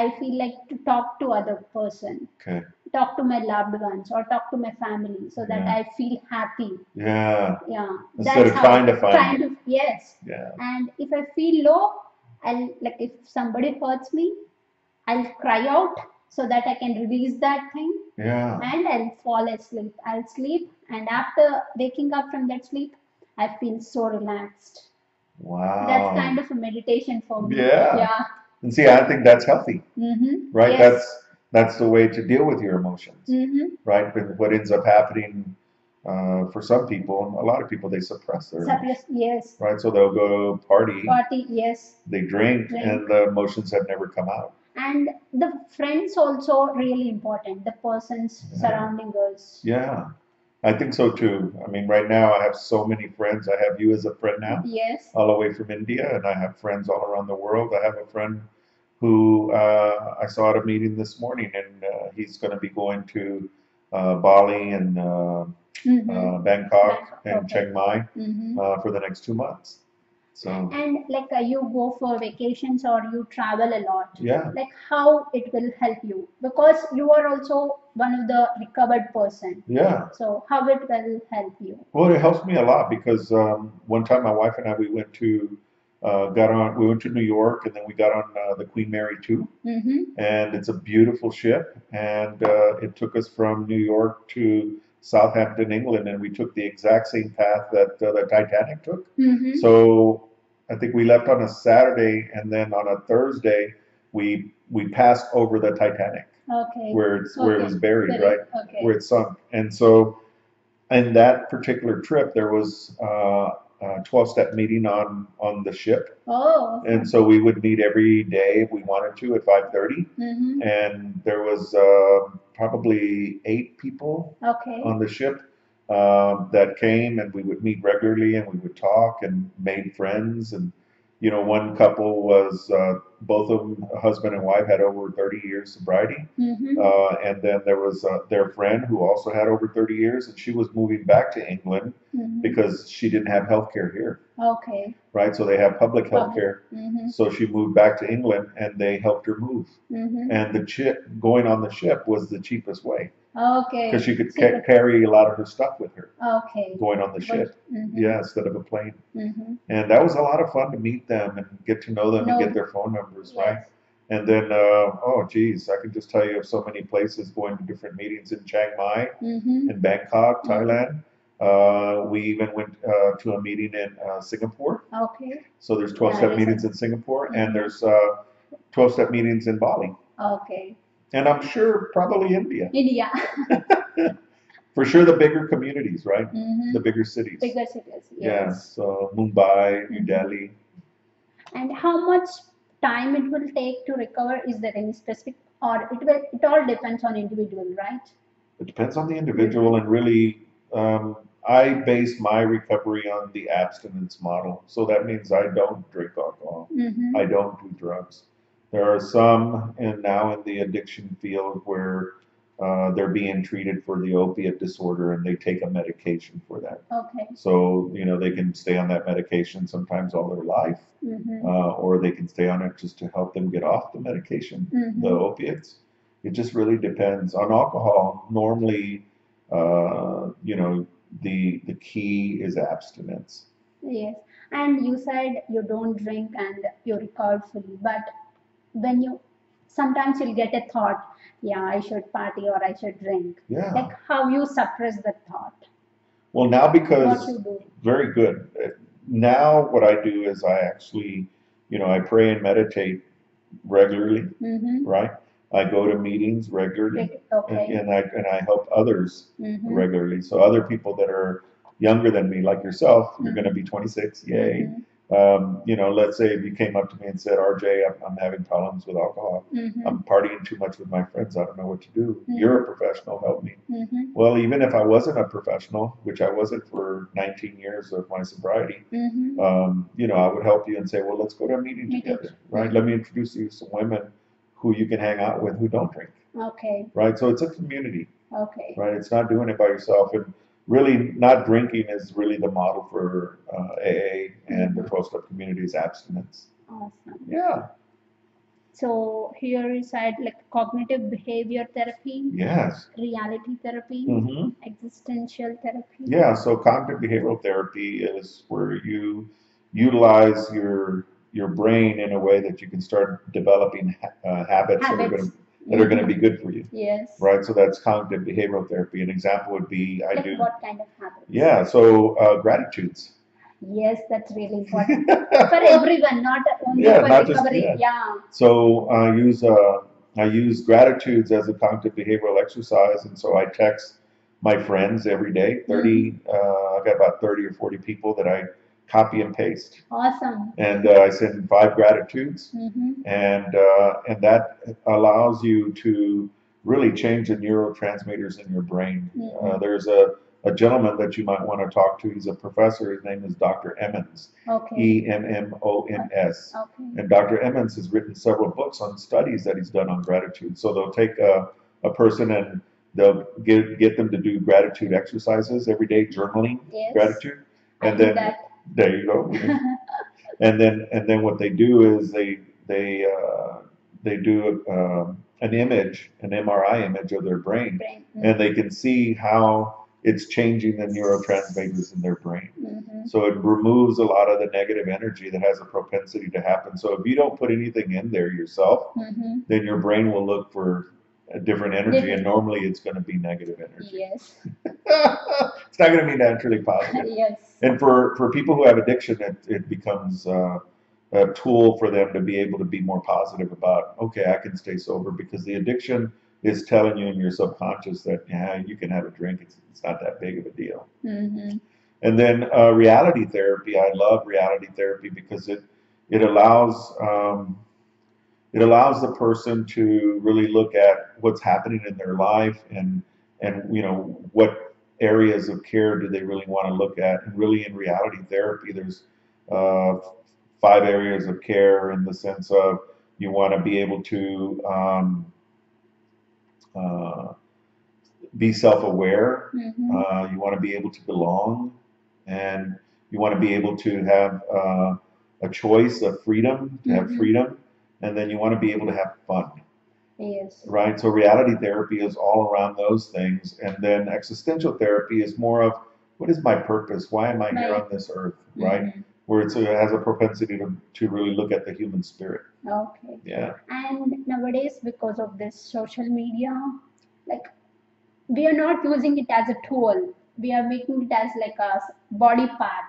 [SPEAKER 1] i feel like to talk to other person
[SPEAKER 2] Okay.
[SPEAKER 1] talk to my loved ones or talk to my family so that
[SPEAKER 2] Yeah.
[SPEAKER 1] i feel happy
[SPEAKER 2] Yeah.
[SPEAKER 1] yeah
[SPEAKER 2] Instead of
[SPEAKER 1] how-
[SPEAKER 2] trying to find
[SPEAKER 1] trying to yes
[SPEAKER 2] Yeah.
[SPEAKER 1] and if i feel low i'll like if somebody hurts me i'll cry out so that i can release that thing
[SPEAKER 2] Yeah.
[SPEAKER 1] and i'll fall asleep i'll sleep and after waking up from that sleep i feel so relaxed
[SPEAKER 2] Wow.
[SPEAKER 1] that's kind of a meditation for me
[SPEAKER 2] Yeah.
[SPEAKER 1] yeah
[SPEAKER 2] And see, I think that's healthy,
[SPEAKER 1] mm-hmm.
[SPEAKER 2] right?
[SPEAKER 1] yes.
[SPEAKER 2] That's that's the way to deal with your emotions,
[SPEAKER 1] mm-hmm.
[SPEAKER 2] right? But what ends up happening uh, for some people, and a lot of people, they suppress their emotions,
[SPEAKER 1] Suppress, yes
[SPEAKER 2] right? So they'll go party.
[SPEAKER 1] party yes
[SPEAKER 2] they drink
[SPEAKER 1] Drink.
[SPEAKER 2] and the emotions have never come out.
[SPEAKER 1] and the friends also really important the persons
[SPEAKER 2] Yeah.
[SPEAKER 1] surrounding us
[SPEAKER 2] Yeah, I think so too. I mean, right now I have so many friends. I have you as a friend now,
[SPEAKER 1] yes
[SPEAKER 2] all the way from India, and I have friends all around the world. I have a friend who uh, I saw at a meeting this morning, and uh, he's going to be going to uh, Bali and uh,
[SPEAKER 1] mm-hmm.
[SPEAKER 2] uh, Bangkok
[SPEAKER 1] Bangkok,
[SPEAKER 2] and
[SPEAKER 1] okay.
[SPEAKER 2] Chiang Mai
[SPEAKER 1] mm-hmm.
[SPEAKER 2] uh, for the next two months. So,
[SPEAKER 1] And like uh, you go for vacations or you travel a lot,
[SPEAKER 2] yeah,
[SPEAKER 1] like how it will help you because you are also one of the recovered person.
[SPEAKER 2] yeah.
[SPEAKER 1] So how it will help you?
[SPEAKER 2] Well, it helps me a lot because um, one time my wife and I we went to uh, got on we went to New York and then we got on uh, the Queen Mary two
[SPEAKER 1] Mm-hmm.
[SPEAKER 2] and it's a beautiful ship and uh, it took us from New York to Southampton, England, and we took the exact same path that uh, the Titanic took.
[SPEAKER 1] Mm-hmm.
[SPEAKER 2] So I think we left on a Saturday and then on a Thursday we we passed over the Titanic
[SPEAKER 1] Okay.
[SPEAKER 2] where it's where it
[SPEAKER 1] Okay.
[SPEAKER 2] was buried,
[SPEAKER 1] Correct.
[SPEAKER 2] right?
[SPEAKER 1] Okay.
[SPEAKER 2] where it sunk. And so, in that particular trip, there was uh, a 12-step meeting on on the ship,
[SPEAKER 1] Oh.
[SPEAKER 2] and so we would meet every day if we wanted to at 5:30.
[SPEAKER 1] Mm-hmm.
[SPEAKER 2] And there was uh, probably eight people
[SPEAKER 1] Okay.
[SPEAKER 2] on the ship um, that came, and we would meet regularly, and we would talk and made friends. And you know, one couple was uh, both of them, husband and wife, had over 30 years sobriety.
[SPEAKER 1] Mm-hmm.
[SPEAKER 2] Uh, and then there was uh, their friend who also had over 30 years, and she was moving back to England
[SPEAKER 1] Mm-hmm.
[SPEAKER 2] because she didn't have health care here,
[SPEAKER 1] Okay.
[SPEAKER 2] right? So they have public health
[SPEAKER 1] Public.
[SPEAKER 2] care.
[SPEAKER 1] Mm-hmm.
[SPEAKER 2] So she moved back to England and they helped her move.
[SPEAKER 1] Mm-hmm.
[SPEAKER 2] And the chip going on the ship was the cheapest way
[SPEAKER 1] Okay.
[SPEAKER 2] because she could
[SPEAKER 1] So
[SPEAKER 2] ca-
[SPEAKER 1] the-
[SPEAKER 2] carry a lot of her stuff with her
[SPEAKER 1] Okay.
[SPEAKER 2] going on the ship. Yeah, instead of a plane.
[SPEAKER 1] Mm-hmm.
[SPEAKER 2] And that was a lot of fun to meet them and get to know them and
[SPEAKER 1] No.
[SPEAKER 2] get their phone numbers, right?
[SPEAKER 1] Yes.
[SPEAKER 2] And then, uh, oh, geez, I could just tell you of so many places going to different meetings in Chiang Mai,
[SPEAKER 1] Mm-hmm.
[SPEAKER 2] in Bangkok, Thailand. Uh, we even went uh, to a meeting in uh, Singapore.
[SPEAKER 1] Okay.
[SPEAKER 2] So there's 12 step
[SPEAKER 1] Nice.
[SPEAKER 2] meetings in Singapore,
[SPEAKER 1] Mhm.
[SPEAKER 2] and there's uh, 12 step meetings in Bali.
[SPEAKER 1] Okay.
[SPEAKER 2] And I'm sure probably India.
[SPEAKER 1] India.
[SPEAKER 2] For sure, the bigger communities, right?
[SPEAKER 1] Mm-hmm.
[SPEAKER 2] The bigger cities.
[SPEAKER 1] Bigger cities. Yes.
[SPEAKER 2] Yes, so Mumbai, New
[SPEAKER 1] Mhm.
[SPEAKER 2] Delhi.
[SPEAKER 1] And how much time it will take to recover? Is there any specific, or it will? It all depends on individual, right?
[SPEAKER 2] It depends on the individual, and really, um, I base my recovery on the abstinence model. So that means I don't drink alcohol,
[SPEAKER 1] Mm-hmm.
[SPEAKER 2] I don't do drugs. There are some, and now in the addiction field, where uh, they're being treated for the opiate disorder and they take a medication for that.
[SPEAKER 1] Okay.
[SPEAKER 2] So, you know, they can stay on that medication sometimes all their life,
[SPEAKER 1] Mm-hmm.
[SPEAKER 2] uh, or they can stay on it just to help them get off the medication.
[SPEAKER 1] Mm-hmm.
[SPEAKER 2] the opiates. It just really depends. On alcohol, normally, uh, you know, the the key is abstinence.
[SPEAKER 1] Yes, and you said you don't drink and you recovered fully, but when you sometimes you'll get a thought, yeah, I should party or I should drink.
[SPEAKER 2] Yeah.
[SPEAKER 1] Like how you suppress the thought,
[SPEAKER 2] Well, now
[SPEAKER 1] what
[SPEAKER 2] because
[SPEAKER 1] you do.
[SPEAKER 2] very good. Uh, Now what I do is I actually, you know, I pray and meditate regularly,
[SPEAKER 1] Mm-hmm.
[SPEAKER 2] right? I go to meetings regularly, and,
[SPEAKER 1] Okay.
[SPEAKER 2] and I and I help others
[SPEAKER 1] Mm-hmm.
[SPEAKER 2] regularly. So other people that are younger than me, like yourself,
[SPEAKER 1] Mm-hmm.
[SPEAKER 2] you're going to be 26, yay. um, you know, let's say if you came up to me and said, RJ, I'm, I'm having problems with alcohol.
[SPEAKER 1] Mm-hmm.
[SPEAKER 2] I'm partying too much with my friends. I don't know what to do.
[SPEAKER 1] Mhm.
[SPEAKER 2] You're a professional. Help me.
[SPEAKER 1] Mm-hmm.
[SPEAKER 2] Well, even if I wasn't a professional, which I wasn't for 19 years of my sobriety,
[SPEAKER 1] Mm-hmm.
[SPEAKER 2] um, you know, I would help you and say, well, let's go to a meeting
[SPEAKER 1] Meeting.
[SPEAKER 2] together, right? Let me introduce you to some women who you can hang out with who don't drink,
[SPEAKER 1] Okay.
[SPEAKER 2] right? So it's a community,
[SPEAKER 1] Okay.
[SPEAKER 2] right? It's not doing it by yourself. And really, not drinking is really the model for uh, AA and the 12 step community is abstinence.
[SPEAKER 1] Awesome.
[SPEAKER 2] Yeah.
[SPEAKER 1] So here you said like cognitive behavior therapy,
[SPEAKER 2] Yes.
[SPEAKER 1] reality therapy,
[SPEAKER 2] hmm
[SPEAKER 1] existential therapy.
[SPEAKER 2] Yeah. So cognitive behavioral therapy is where you utilize your your brain in a way that you can start developing ha- uh, habits, that are
[SPEAKER 1] Habits. Mm-hmm.
[SPEAKER 2] gonna, that are going to be good for you,
[SPEAKER 1] Yes.
[SPEAKER 2] right? So that's cognitive behavioral therapy. An example would be I
[SPEAKER 1] Like
[SPEAKER 2] do.
[SPEAKER 1] what kind of habits?
[SPEAKER 2] Yeah. So uh, gratitudes.
[SPEAKER 1] Yes, that's really important for everyone, not only
[SPEAKER 2] Yeah,
[SPEAKER 1] for
[SPEAKER 2] not just-
[SPEAKER 1] recovery.
[SPEAKER 2] yeah.
[SPEAKER 1] yeah.
[SPEAKER 2] So I use uh, I use gratitudes as a cognitive behavioral exercise, and so I text my friends every day. Thirty, uh, I've got about thirty or forty people that I copy and paste,
[SPEAKER 1] Awesome.
[SPEAKER 2] and uh, I send five gratitudes,
[SPEAKER 1] Mm-hmm.
[SPEAKER 2] and uh, and that allows you to really change the neurotransmitters in your brain.
[SPEAKER 1] mm-hmm.
[SPEAKER 2] Uh, there's a a gentleman that you might want to talk to. He's a professor. His name is Dr. Emmons,
[SPEAKER 1] Okay.
[SPEAKER 2] E M M O N S.
[SPEAKER 1] Okay.
[SPEAKER 2] And Dr. Emmons has written several books on studies that he's done on gratitude. So they'll take a, a person and they'll get, get them to do gratitude exercises every day, journaling
[SPEAKER 1] Yes.
[SPEAKER 2] gratitude.
[SPEAKER 1] I
[SPEAKER 2] And
[SPEAKER 1] do
[SPEAKER 2] then
[SPEAKER 1] that.
[SPEAKER 2] there you go. and then and then what they do is they they uh, they do um, an image, an MRI image of their brain,
[SPEAKER 1] brain. Mm-hmm.
[SPEAKER 2] and they can see how it's changing the neurotransmitters in their brain.
[SPEAKER 1] Mm-hmm.
[SPEAKER 2] So it removes a lot of the negative energy that has a propensity to happen. So if you don't put anything in there yourself,
[SPEAKER 1] Mm-hmm.
[SPEAKER 2] then your brain will look for a different energy, and normally it's going to be negative energy.
[SPEAKER 1] Yes.
[SPEAKER 2] it's not going to be naturally positive.
[SPEAKER 1] yes.
[SPEAKER 2] And for, for people who have addiction, it, it becomes uh, a tool for them to be able to be more positive about, okay, I can stay sober because the addiction is telling you in your subconscious that, yeah, you can have a drink, it's, it's not that big of a deal.
[SPEAKER 1] Mm-hmm.
[SPEAKER 2] And then uh, reality therapy. I love reality therapy because it it allows um, it allows the person to really look at what's happening in their life and and you know what areas of care do they really want to look at. And really, in reality therapy, there's uh, five areas of care in the sense of you want to be able to um, uh, be self-aware
[SPEAKER 1] Mm-hmm.
[SPEAKER 2] uh, you want to be able to belong, and you want to be able to have uh, a choice of freedom, to have
[SPEAKER 1] Mhm.
[SPEAKER 2] freedom, and then you want to be able to have fun.
[SPEAKER 1] Yes.
[SPEAKER 2] right? So reality therapy is all around those things, and then existential therapy is more of what is my purpose? Why am I here
[SPEAKER 1] Right.
[SPEAKER 2] on this earth, right?
[SPEAKER 1] Mhm.
[SPEAKER 2] Where it's, it has a propensity to, to really look at the human spirit.
[SPEAKER 1] Mm-hmm. Okay.
[SPEAKER 2] Yeah,
[SPEAKER 1] And nowadays, because of this social media, like we are not using it as a tool. We are making it as like a s- body part.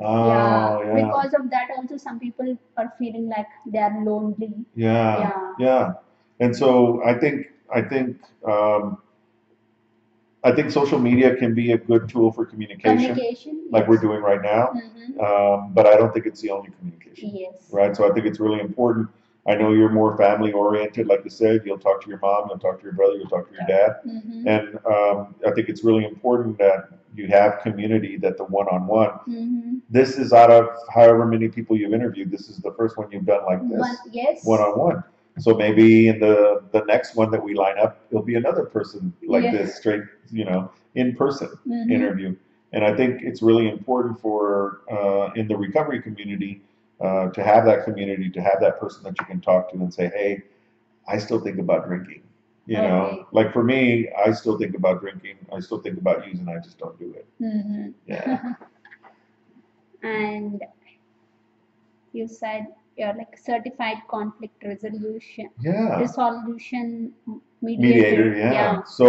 [SPEAKER 2] oh,
[SPEAKER 1] yeah.
[SPEAKER 2] yeah,
[SPEAKER 1] Because of that, also some people are feeling like they are lonely.
[SPEAKER 2] yeah.
[SPEAKER 1] yeah.
[SPEAKER 2] Yeah, and so I think I think um, I think social media can be a good tool for communication,
[SPEAKER 1] Communication.
[SPEAKER 2] like we're doing right now.
[SPEAKER 1] hmm
[SPEAKER 2] Um, but I don't think it's the only communication,
[SPEAKER 1] Yes.
[SPEAKER 2] right? So I think it's really important. I know you're more family oriented, like you said. You'll talk to your mom, you'll talk to your brother, you'll talk to your dad,
[SPEAKER 1] hmm
[SPEAKER 2] and um, I think it's really important that you have community, that the one-on-one.
[SPEAKER 1] hmm
[SPEAKER 2] This is out of however many people you've interviewed. This is the first one you've done like this
[SPEAKER 1] One, yes.
[SPEAKER 2] one on one. So maybe in the the next one that we line up, it'll be another person like
[SPEAKER 1] Yeah.
[SPEAKER 2] this, straight, you know, in person
[SPEAKER 1] Mhm.
[SPEAKER 2] interview. And I think it's really important for uh, in the recovery community uh, to have that community, to have that person that you can talk to and say, hey, I still think about drinking. You
[SPEAKER 1] Okay.
[SPEAKER 2] know, like for me, I still think about drinking. I still think about using. I just don't do it.
[SPEAKER 1] Mhm.
[SPEAKER 2] Yeah.
[SPEAKER 1] And you said you're like certified conflict resolution,
[SPEAKER 2] Yeah.
[SPEAKER 1] resolution mediator.
[SPEAKER 2] Ah. mediator yeah. so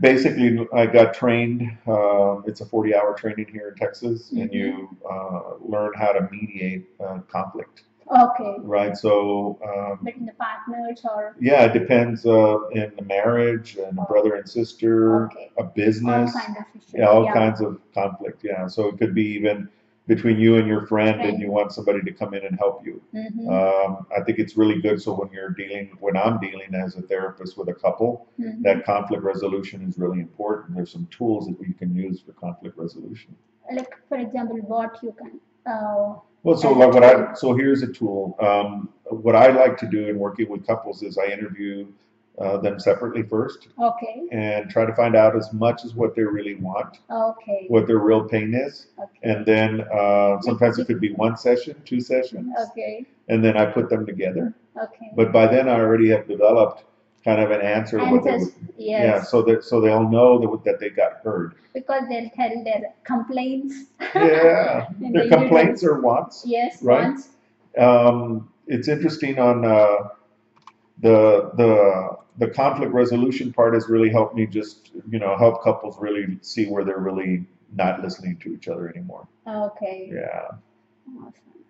[SPEAKER 2] basically i got trained um, it's a 40 hour training here in texas and
[SPEAKER 1] Mhm.
[SPEAKER 2] you uh, learn how to mediate uh, conflict
[SPEAKER 1] Yeah. Okay.
[SPEAKER 2] right so um,
[SPEAKER 1] Between the partners or
[SPEAKER 2] yeah it depends uh, in the marriage and brother and sister
[SPEAKER 1] okay,
[SPEAKER 2] a
[SPEAKER 1] all
[SPEAKER 2] business
[SPEAKER 1] kind of issues.
[SPEAKER 2] yeah, all
[SPEAKER 1] yeah.
[SPEAKER 2] kinds of conflict yeah so it could be even between you and your friend and
[SPEAKER 1] Friend.
[SPEAKER 2] you want somebody to come in and help you
[SPEAKER 1] Mhm.
[SPEAKER 2] um, i think it's really good so when you're dealing when i'm dealing as a therapist with a couple
[SPEAKER 1] Mhm.
[SPEAKER 2] that conflict resolution is really important. There's some tools that we can use for conflict resolution.
[SPEAKER 1] Like for example, what you can. Uh,
[SPEAKER 2] Well, so like what I so here's a tool. Um, what I like to do in working with couples is I interview uh, them separately first
[SPEAKER 1] okay.
[SPEAKER 2] and try to find out as much as what they really want,
[SPEAKER 1] Okay.
[SPEAKER 2] what their real pain is,
[SPEAKER 1] Okay.
[SPEAKER 2] and then uh, sometimes it could be one session, two sessions,
[SPEAKER 1] okay.
[SPEAKER 2] and then I put them together.
[SPEAKER 1] Okay.
[SPEAKER 2] But by then I already have developed kind of an answer to what they would,
[SPEAKER 1] Answers. Yes.
[SPEAKER 2] yeah, so that so they'll know that that they got heard.
[SPEAKER 1] Because they'll tell their complaints.
[SPEAKER 2] Yeah,
[SPEAKER 1] And
[SPEAKER 2] their
[SPEAKER 1] they do
[SPEAKER 2] complaints are wants.
[SPEAKER 1] Yes.
[SPEAKER 2] Right.
[SPEAKER 1] Once.
[SPEAKER 2] Um, it's interesting on uh, the the the conflict resolution part has really helped me just you know help couples really see where they're really not listening to each other anymore.
[SPEAKER 1] Okay.
[SPEAKER 2] Yeah,
[SPEAKER 1] Awesome.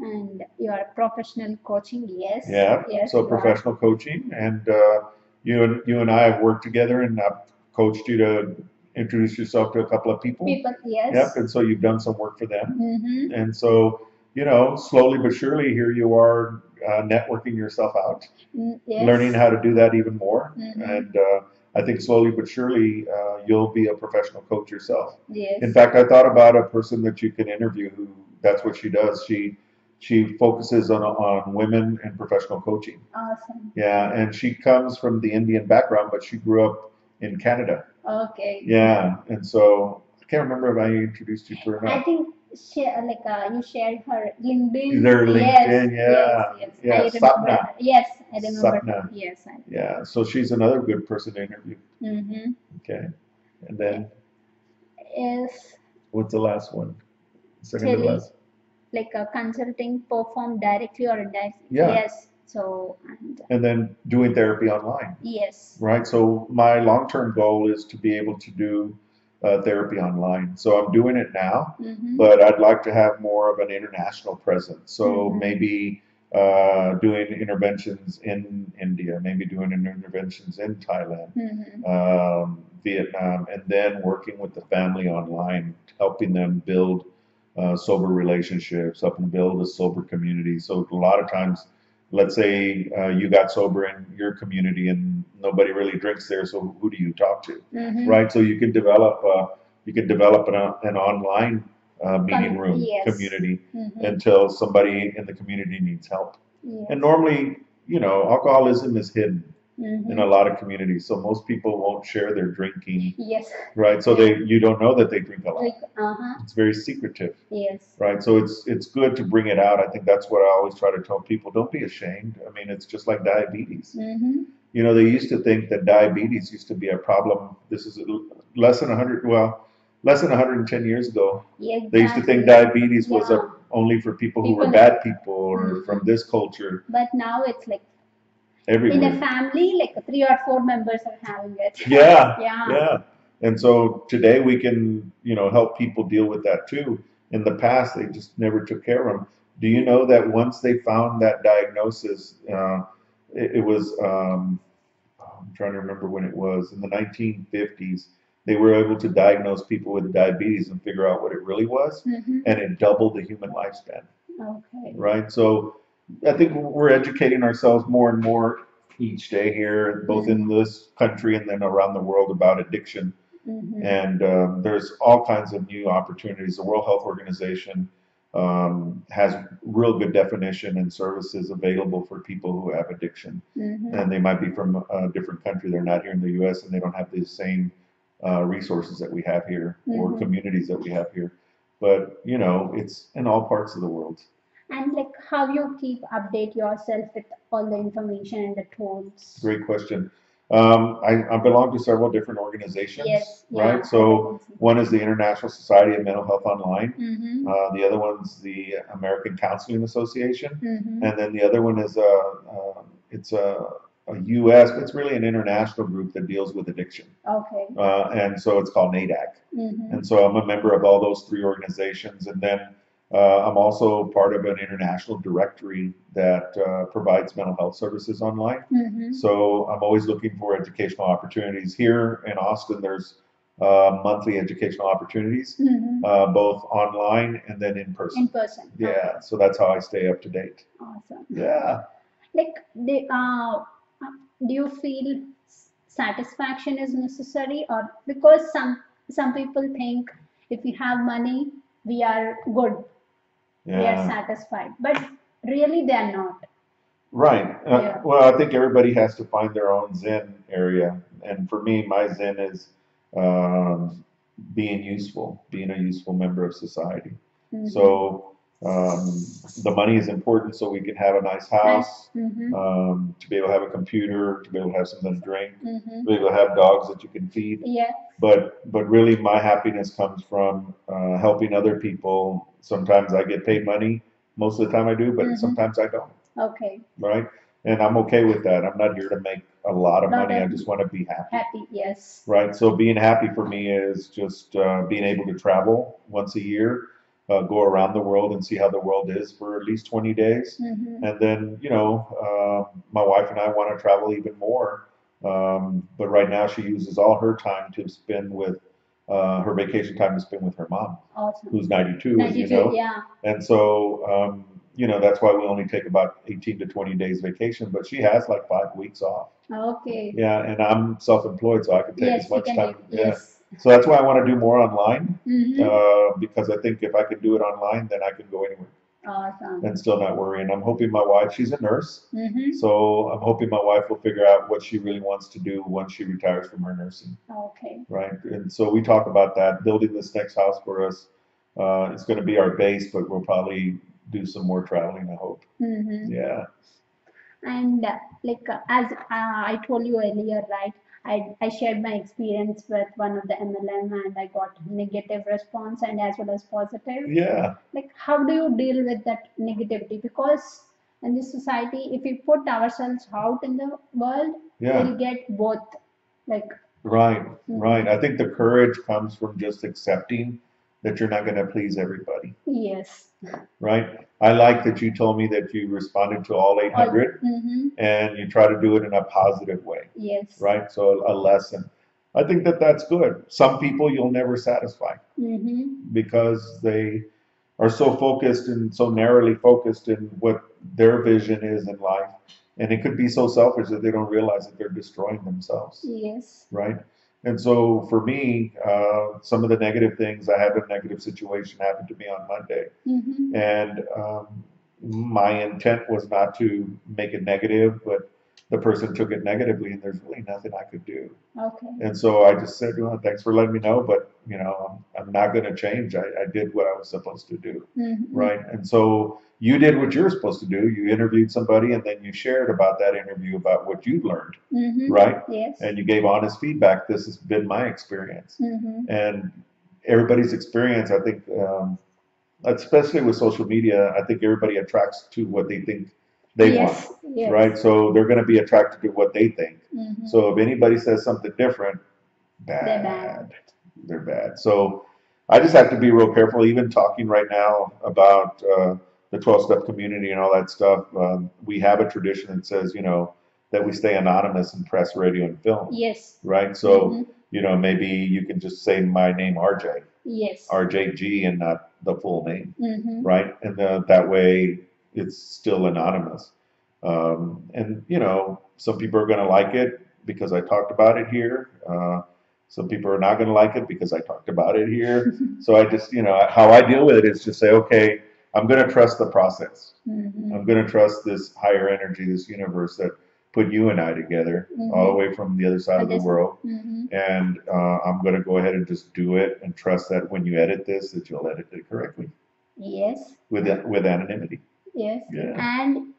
[SPEAKER 1] And you are professional coaching, yes.
[SPEAKER 2] yeah.
[SPEAKER 1] Yes.
[SPEAKER 2] so
[SPEAKER 1] you are.
[SPEAKER 2] professional coaching, and uh, you and you and I have worked together, and I've coached you to introduce yourself to a couple of people.
[SPEAKER 1] People,
[SPEAKER 2] Yep,
[SPEAKER 1] yes.
[SPEAKER 2] and so you've done some work for them.
[SPEAKER 1] Mm-hmm.
[SPEAKER 2] And so, you know, slowly but surely, here you are uh, networking yourself out,
[SPEAKER 1] Mm, Yes.
[SPEAKER 2] learning how to do that even more.
[SPEAKER 1] Mhm.
[SPEAKER 2] And uh, I think slowly but surely, uh, you'll be a professional coach yourself.
[SPEAKER 1] Yes.
[SPEAKER 2] In fact, I thought about a person that you can interview who that's what she does. She she focuses on on women and professional coaching.
[SPEAKER 1] Awesome.
[SPEAKER 2] Yeah, and she comes from the Indian background, but she grew up in Canada.
[SPEAKER 1] Okay.
[SPEAKER 2] Yeah, and so I can't remember if I introduced you to her or
[SPEAKER 1] I
[SPEAKER 2] not.
[SPEAKER 1] think share like uh, you shared her LinkedIn.
[SPEAKER 2] Their
[SPEAKER 1] Yes,
[SPEAKER 2] LinkedIn, yeah,
[SPEAKER 1] Yes, yes.
[SPEAKER 2] yeah,
[SPEAKER 1] I remember.
[SPEAKER 2] Sapna.
[SPEAKER 1] her. Yes, I remember. her.
[SPEAKER 2] Sapna.
[SPEAKER 1] Yes. I,
[SPEAKER 2] Yeah, so she's another good person to interview.
[SPEAKER 1] mm-hmm.
[SPEAKER 2] Okay. And then
[SPEAKER 1] Is
[SPEAKER 2] what's the last one? Second to
[SPEAKER 1] Terry.
[SPEAKER 2] last.
[SPEAKER 1] like a consulting performed directly or indirectly.
[SPEAKER 2] Yeah.
[SPEAKER 1] Yes. So and uh,
[SPEAKER 2] And then doing therapy online,
[SPEAKER 1] yes.
[SPEAKER 2] right? So my long-term goal is to be able to do uh, therapy online. So I'm doing it now,
[SPEAKER 1] Mm-hmm.
[SPEAKER 2] but I'd like to have more of an international presence. So
[SPEAKER 1] Mhm.
[SPEAKER 2] maybe uh, doing interventions in India, maybe doing interventions in Thailand.
[SPEAKER 1] Mm-hmm.
[SPEAKER 2] um, Vietnam, and then working with the family online, helping them build uh, sober relationships, helping build a sober community. So a lot of times, let's say uh, you got sober in your community and nobody really drinks there, so who do you talk to,
[SPEAKER 1] Mm-hmm.
[SPEAKER 2] right? So you can develop uh, you can develop an, an online uh, meeting
[SPEAKER 1] Com-
[SPEAKER 2] room
[SPEAKER 1] yes.
[SPEAKER 2] community
[SPEAKER 1] Mm-hmm.
[SPEAKER 2] until somebody in the community needs help.
[SPEAKER 1] Yes.
[SPEAKER 2] And normally, you know, alcoholism is hidden in
[SPEAKER 1] Mhm.
[SPEAKER 2] a lot of communities. So most people won't share their drinking,
[SPEAKER 1] Yes.
[SPEAKER 2] right? So they you don't know that they drink a lot.
[SPEAKER 1] Like, uh huh.
[SPEAKER 2] It's very secretive,
[SPEAKER 1] Yes.
[SPEAKER 2] right? So it's it's good to bring it out. I think that's what I always try to tell people. Don't be ashamed. I mean, it's just like diabetes.
[SPEAKER 1] Mm-hmm.
[SPEAKER 2] You know, they used to think that diabetes used to be a problem. This is less than 100 well, less than 110 years ago.
[SPEAKER 1] Exactly.
[SPEAKER 2] They used to think diabetes was
[SPEAKER 1] Yeah.
[SPEAKER 2] a, only for people who were
[SPEAKER 1] People-
[SPEAKER 2] bad people or
[SPEAKER 1] Mhm.
[SPEAKER 2] from this culture
[SPEAKER 1] But now it's like in a
[SPEAKER 2] everywhere.
[SPEAKER 1] family, like three or four members are having it.
[SPEAKER 2] Yeah,
[SPEAKER 1] Yeah.
[SPEAKER 2] yeah. And so today we can, you know, help people deal with that too. In the past, they just never took care of them. Do you know that once they found that diagnosis, uh, it, it was, um, I'm trying to remember when it was, in the 1950s, they were able to diagnose people with diabetes and figure out what it really was,
[SPEAKER 1] Mm-hmm.
[SPEAKER 2] and it doubled the human lifespan.
[SPEAKER 1] Okay.
[SPEAKER 2] right? So I think we're educating ourselves more and more each day here, both in this country and then around the world about addiction.
[SPEAKER 1] Mm-hmm.
[SPEAKER 2] And um, there's all kinds of new opportunities. The World Health Organization um, has real good definition and services available for people who have addiction.
[SPEAKER 1] Mm-hmm.
[SPEAKER 2] And they might be from a different country. They're not here in the U.S. and they don't have the same uh, resources that we have here or
[SPEAKER 1] Mhm.
[SPEAKER 2] communities that we have here. But you know, it's in all parts of the world.
[SPEAKER 1] And like how you keep update yourself with all the information and the tools.
[SPEAKER 2] Great question. Um, I, I belong to several different organizations,
[SPEAKER 1] Yes.
[SPEAKER 2] right? So one is the International Society of Mental Health Online.
[SPEAKER 1] Mm-hmm.
[SPEAKER 2] Uh, the other one's the American Counseling Association,
[SPEAKER 1] Mm-hmm.
[SPEAKER 2] and then the other one is a um it's a, a U.S. It's really an international group that deals with addiction,
[SPEAKER 1] Okay.
[SPEAKER 2] uh, and so it's called NADAC.
[SPEAKER 1] Mm-hmm.
[SPEAKER 2] And so I'm a member of all those three organizations. And then uh, I'm also part of an international directory that uh, provides mental health services online.
[SPEAKER 1] Mm-hmm.
[SPEAKER 2] So I'm always looking for educational opportunities. Here in Austin, there's uh, monthly educational opportunities,
[SPEAKER 1] Mm-hmm.
[SPEAKER 2] uh, both online and then in person.
[SPEAKER 1] In person. Okay.
[SPEAKER 2] Yeah, so that's how I stay up to date.
[SPEAKER 1] Awesome.
[SPEAKER 2] Yeah.
[SPEAKER 1] Like they uh, do you feel s- satisfaction is necessary or because some some people think if we have money we are good we are
[SPEAKER 2] Yeah.
[SPEAKER 1] satisfied but really they are not
[SPEAKER 2] Right. Uh,
[SPEAKER 1] Yeah.
[SPEAKER 2] well, I think everybody has to find their own Zen area. And for me, my Zen is um, being useful, being a useful member of society.
[SPEAKER 1] Mhm.
[SPEAKER 2] So um, the money is important so we can have a nice house.
[SPEAKER 1] Mhm.
[SPEAKER 2] um, to be able to have a computer, to be able to have something to drink,
[SPEAKER 1] Mhm.
[SPEAKER 2] to be able to have dogs that you can feed.
[SPEAKER 1] yeah
[SPEAKER 2] But but really, my happiness comes from uh, helping other people. Sometimes I get paid money, most of the time I do, but
[SPEAKER 1] Mhm.
[SPEAKER 2] sometimes I don't,
[SPEAKER 1] okay
[SPEAKER 2] right? And I'm okay with that. I'm not here to make a lot of
[SPEAKER 1] Not
[SPEAKER 2] money. I
[SPEAKER 1] that-
[SPEAKER 2] just want to be happy,
[SPEAKER 1] happy yes
[SPEAKER 2] right? So being happy for me is just uh, being able to travel once a year, uh, go around the world and see how the world is for at least 20 days.
[SPEAKER 1] hmm
[SPEAKER 2] And then, you know, um my wife and I want to travel even more. Um, but right now, she uses all her time to spend with uh, her vacation time to spend with her mom,
[SPEAKER 1] awesome
[SPEAKER 2] who's 92, as you
[SPEAKER 1] 92
[SPEAKER 2] know.
[SPEAKER 1] yeah
[SPEAKER 2] And so, um, you know, that's why we only take about 18 to 20 days vacation, but she has like five weeks off.
[SPEAKER 1] okay
[SPEAKER 2] Yeah, and I'm self employed, so I can take
[SPEAKER 1] yes
[SPEAKER 2] as
[SPEAKER 1] we
[SPEAKER 2] much
[SPEAKER 1] can
[SPEAKER 2] time.
[SPEAKER 1] do
[SPEAKER 2] Yeah.
[SPEAKER 1] yes
[SPEAKER 2] So that's why I want to do more online
[SPEAKER 1] hmm
[SPEAKER 2] uh, because I think if I can do it online, then I can go anywhere
[SPEAKER 1] awesome
[SPEAKER 2] and still not worry. And I'm hoping my wife, she's a nurse.
[SPEAKER 1] hmm
[SPEAKER 2] So I'm hoping my wife will figure out what she really wants to do once she retires from her nursing,
[SPEAKER 1] okay
[SPEAKER 2] right? And so we talk about that, building this next house for us. Uh, it's going to be our base, but we'll probably do some more traveling, I hope.
[SPEAKER 1] hmm
[SPEAKER 2] Yeah.
[SPEAKER 1] And uh, like uh, as uh, I told you earlier, right? I, I shared my experience with one of the MLM and I got negative response and as well as positive.
[SPEAKER 2] Yeah.
[SPEAKER 1] Like how do you deal with that negativity? Because in this society, if we put ourselves out in the world,
[SPEAKER 2] Yeah.
[SPEAKER 1] we'll get both. Like mm,
[SPEAKER 2] Right.
[SPEAKER 1] Mm-hmm.
[SPEAKER 2] Right. I think the courage comes from just accepting that you're not going to please everybody,
[SPEAKER 1] yes.
[SPEAKER 2] right? I like that you told me that you responded to all 800
[SPEAKER 1] Mm-hmm.
[SPEAKER 2] and you try to do it in a positive way.
[SPEAKER 1] Yes.
[SPEAKER 2] right? So a lesson. I think that that's good. Some people you'll never satisfy
[SPEAKER 1] Mm-hmm.
[SPEAKER 2] because they are so focused and so narrowly focused in what their vision is in life. And it could be so selfish that they don't realize that they're destroying themselves,
[SPEAKER 1] Yes.
[SPEAKER 2] right? And so for me, uh, some of the negative things, I had a negative situation happen to me on Monday.
[SPEAKER 1] Mm-hmm.
[SPEAKER 2] And um, my intent was not to make it negative, but the person took it negatively, and there's really nothing I could do.
[SPEAKER 1] Okay.
[SPEAKER 2] And so I just said, well, thanks for letting me know, but you know, I'm, I'm not going to change. I, I did what I was supposed to do,
[SPEAKER 1] Mhm.
[SPEAKER 2] right? And so you did what you're supposed to do. You interviewed somebody, and then you shared about that interview about what you learned,
[SPEAKER 1] Mhm.
[SPEAKER 2] right?
[SPEAKER 1] Yes.
[SPEAKER 2] And you gave honest feedback. This has been my experience,
[SPEAKER 1] Mhm.
[SPEAKER 2] and everybody's experience. I think, um, especially with social media, I think everybody attracts to what they think they
[SPEAKER 1] yes. Yes.
[SPEAKER 2] want, right? So they're going to be attracted to what they think.
[SPEAKER 1] Mhm.
[SPEAKER 2] So if anybody says something different, bad. They're
[SPEAKER 1] bad.
[SPEAKER 2] bad. So I just have to be real careful, even talking right now about uh, the 12 step community and all that stuff. Um, we have a tradition that says, you know, that we stay anonymous in press, radio, and film,
[SPEAKER 1] yes.
[SPEAKER 2] right? So,
[SPEAKER 1] Mhm.
[SPEAKER 2] you know, maybe you can just say my name, RJ,
[SPEAKER 1] Yes.
[SPEAKER 2] RJG, and not the full name
[SPEAKER 1] Mhm.
[SPEAKER 2] right? And uh, that way, it's still anonymous. Um, and you know, some people are going to like it because I talked about it here. Uh, some people are not going to like it because I talked about it here. so I just, you know, how I deal with it is just say, okay, I'm going to trust the process.
[SPEAKER 1] Mhm.
[SPEAKER 2] I'm going to trust this higher energy, this universe that put you and I together, all the way from the other side of the
[SPEAKER 1] Others-
[SPEAKER 2] world.
[SPEAKER 1] Mhm.
[SPEAKER 2] And uh, I'm going to go ahead and just do it and trust that when you edit this, that you'll edit it correctly
[SPEAKER 1] Yes.
[SPEAKER 2] with with anonymity.
[SPEAKER 1] Yes.
[SPEAKER 2] Yeah.
[SPEAKER 1] And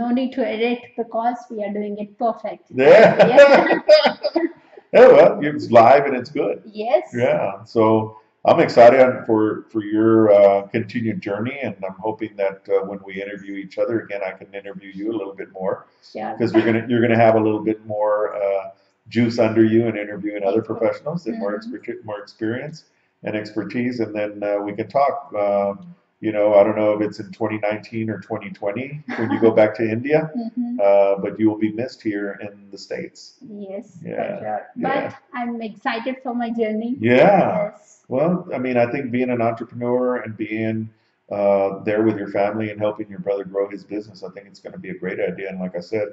[SPEAKER 1] no need to edit because we are doing it perfect.
[SPEAKER 2] Yeah.
[SPEAKER 1] Yeah.
[SPEAKER 2] yeah. Well, it's live and it's good.
[SPEAKER 1] Yes.
[SPEAKER 2] Yeah. So I'm excited for for your uh, continued journey, and I'm hoping that uh, when we interview each other again, I can interview you a little bit more
[SPEAKER 1] Sure.
[SPEAKER 2] because you're gonna you're gonna have a little bit more uh, juice under you and interviewing other professionals and more exper- more experience and expertise, and then uh, we can talk. Um, you know, I don't know if it's in 2019 or 2020 when you go back to India.
[SPEAKER 1] Mhm.
[SPEAKER 2] uh, but you will be missed here in the states.
[SPEAKER 1] Yes. for
[SPEAKER 2] Yeah,
[SPEAKER 1] sure.
[SPEAKER 2] yeah.
[SPEAKER 1] But I'm excited for my journey.
[SPEAKER 2] Yeah.
[SPEAKER 1] Yes.
[SPEAKER 2] Well, I mean, I think being an entrepreneur and being uh, there with your family and helping your brother grow his business, I think it's going to be a great idea. And like I said,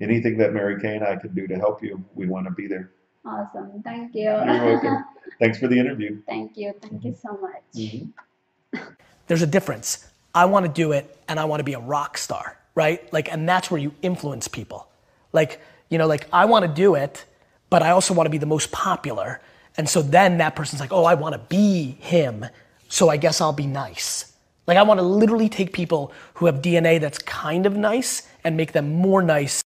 [SPEAKER 2] anything that Mary Kay and I can do to help you, we want to be there.
[SPEAKER 1] Awesome. Thank you.
[SPEAKER 2] You're welcome. Mm-hmm. Thanks for the interview.
[SPEAKER 1] Thank you. Thank you so much.
[SPEAKER 3] There's a difference. I want to do it and I want to be a rock star, right? Like, and that's where you influence people. Like, you know, like I want to do it, but I also want to be the most popular. And so then that person's like, oh, I want to be him, so I guess I'll be nice. Like, I want to literally take people who have DNA that's kind of nice and make them more nice.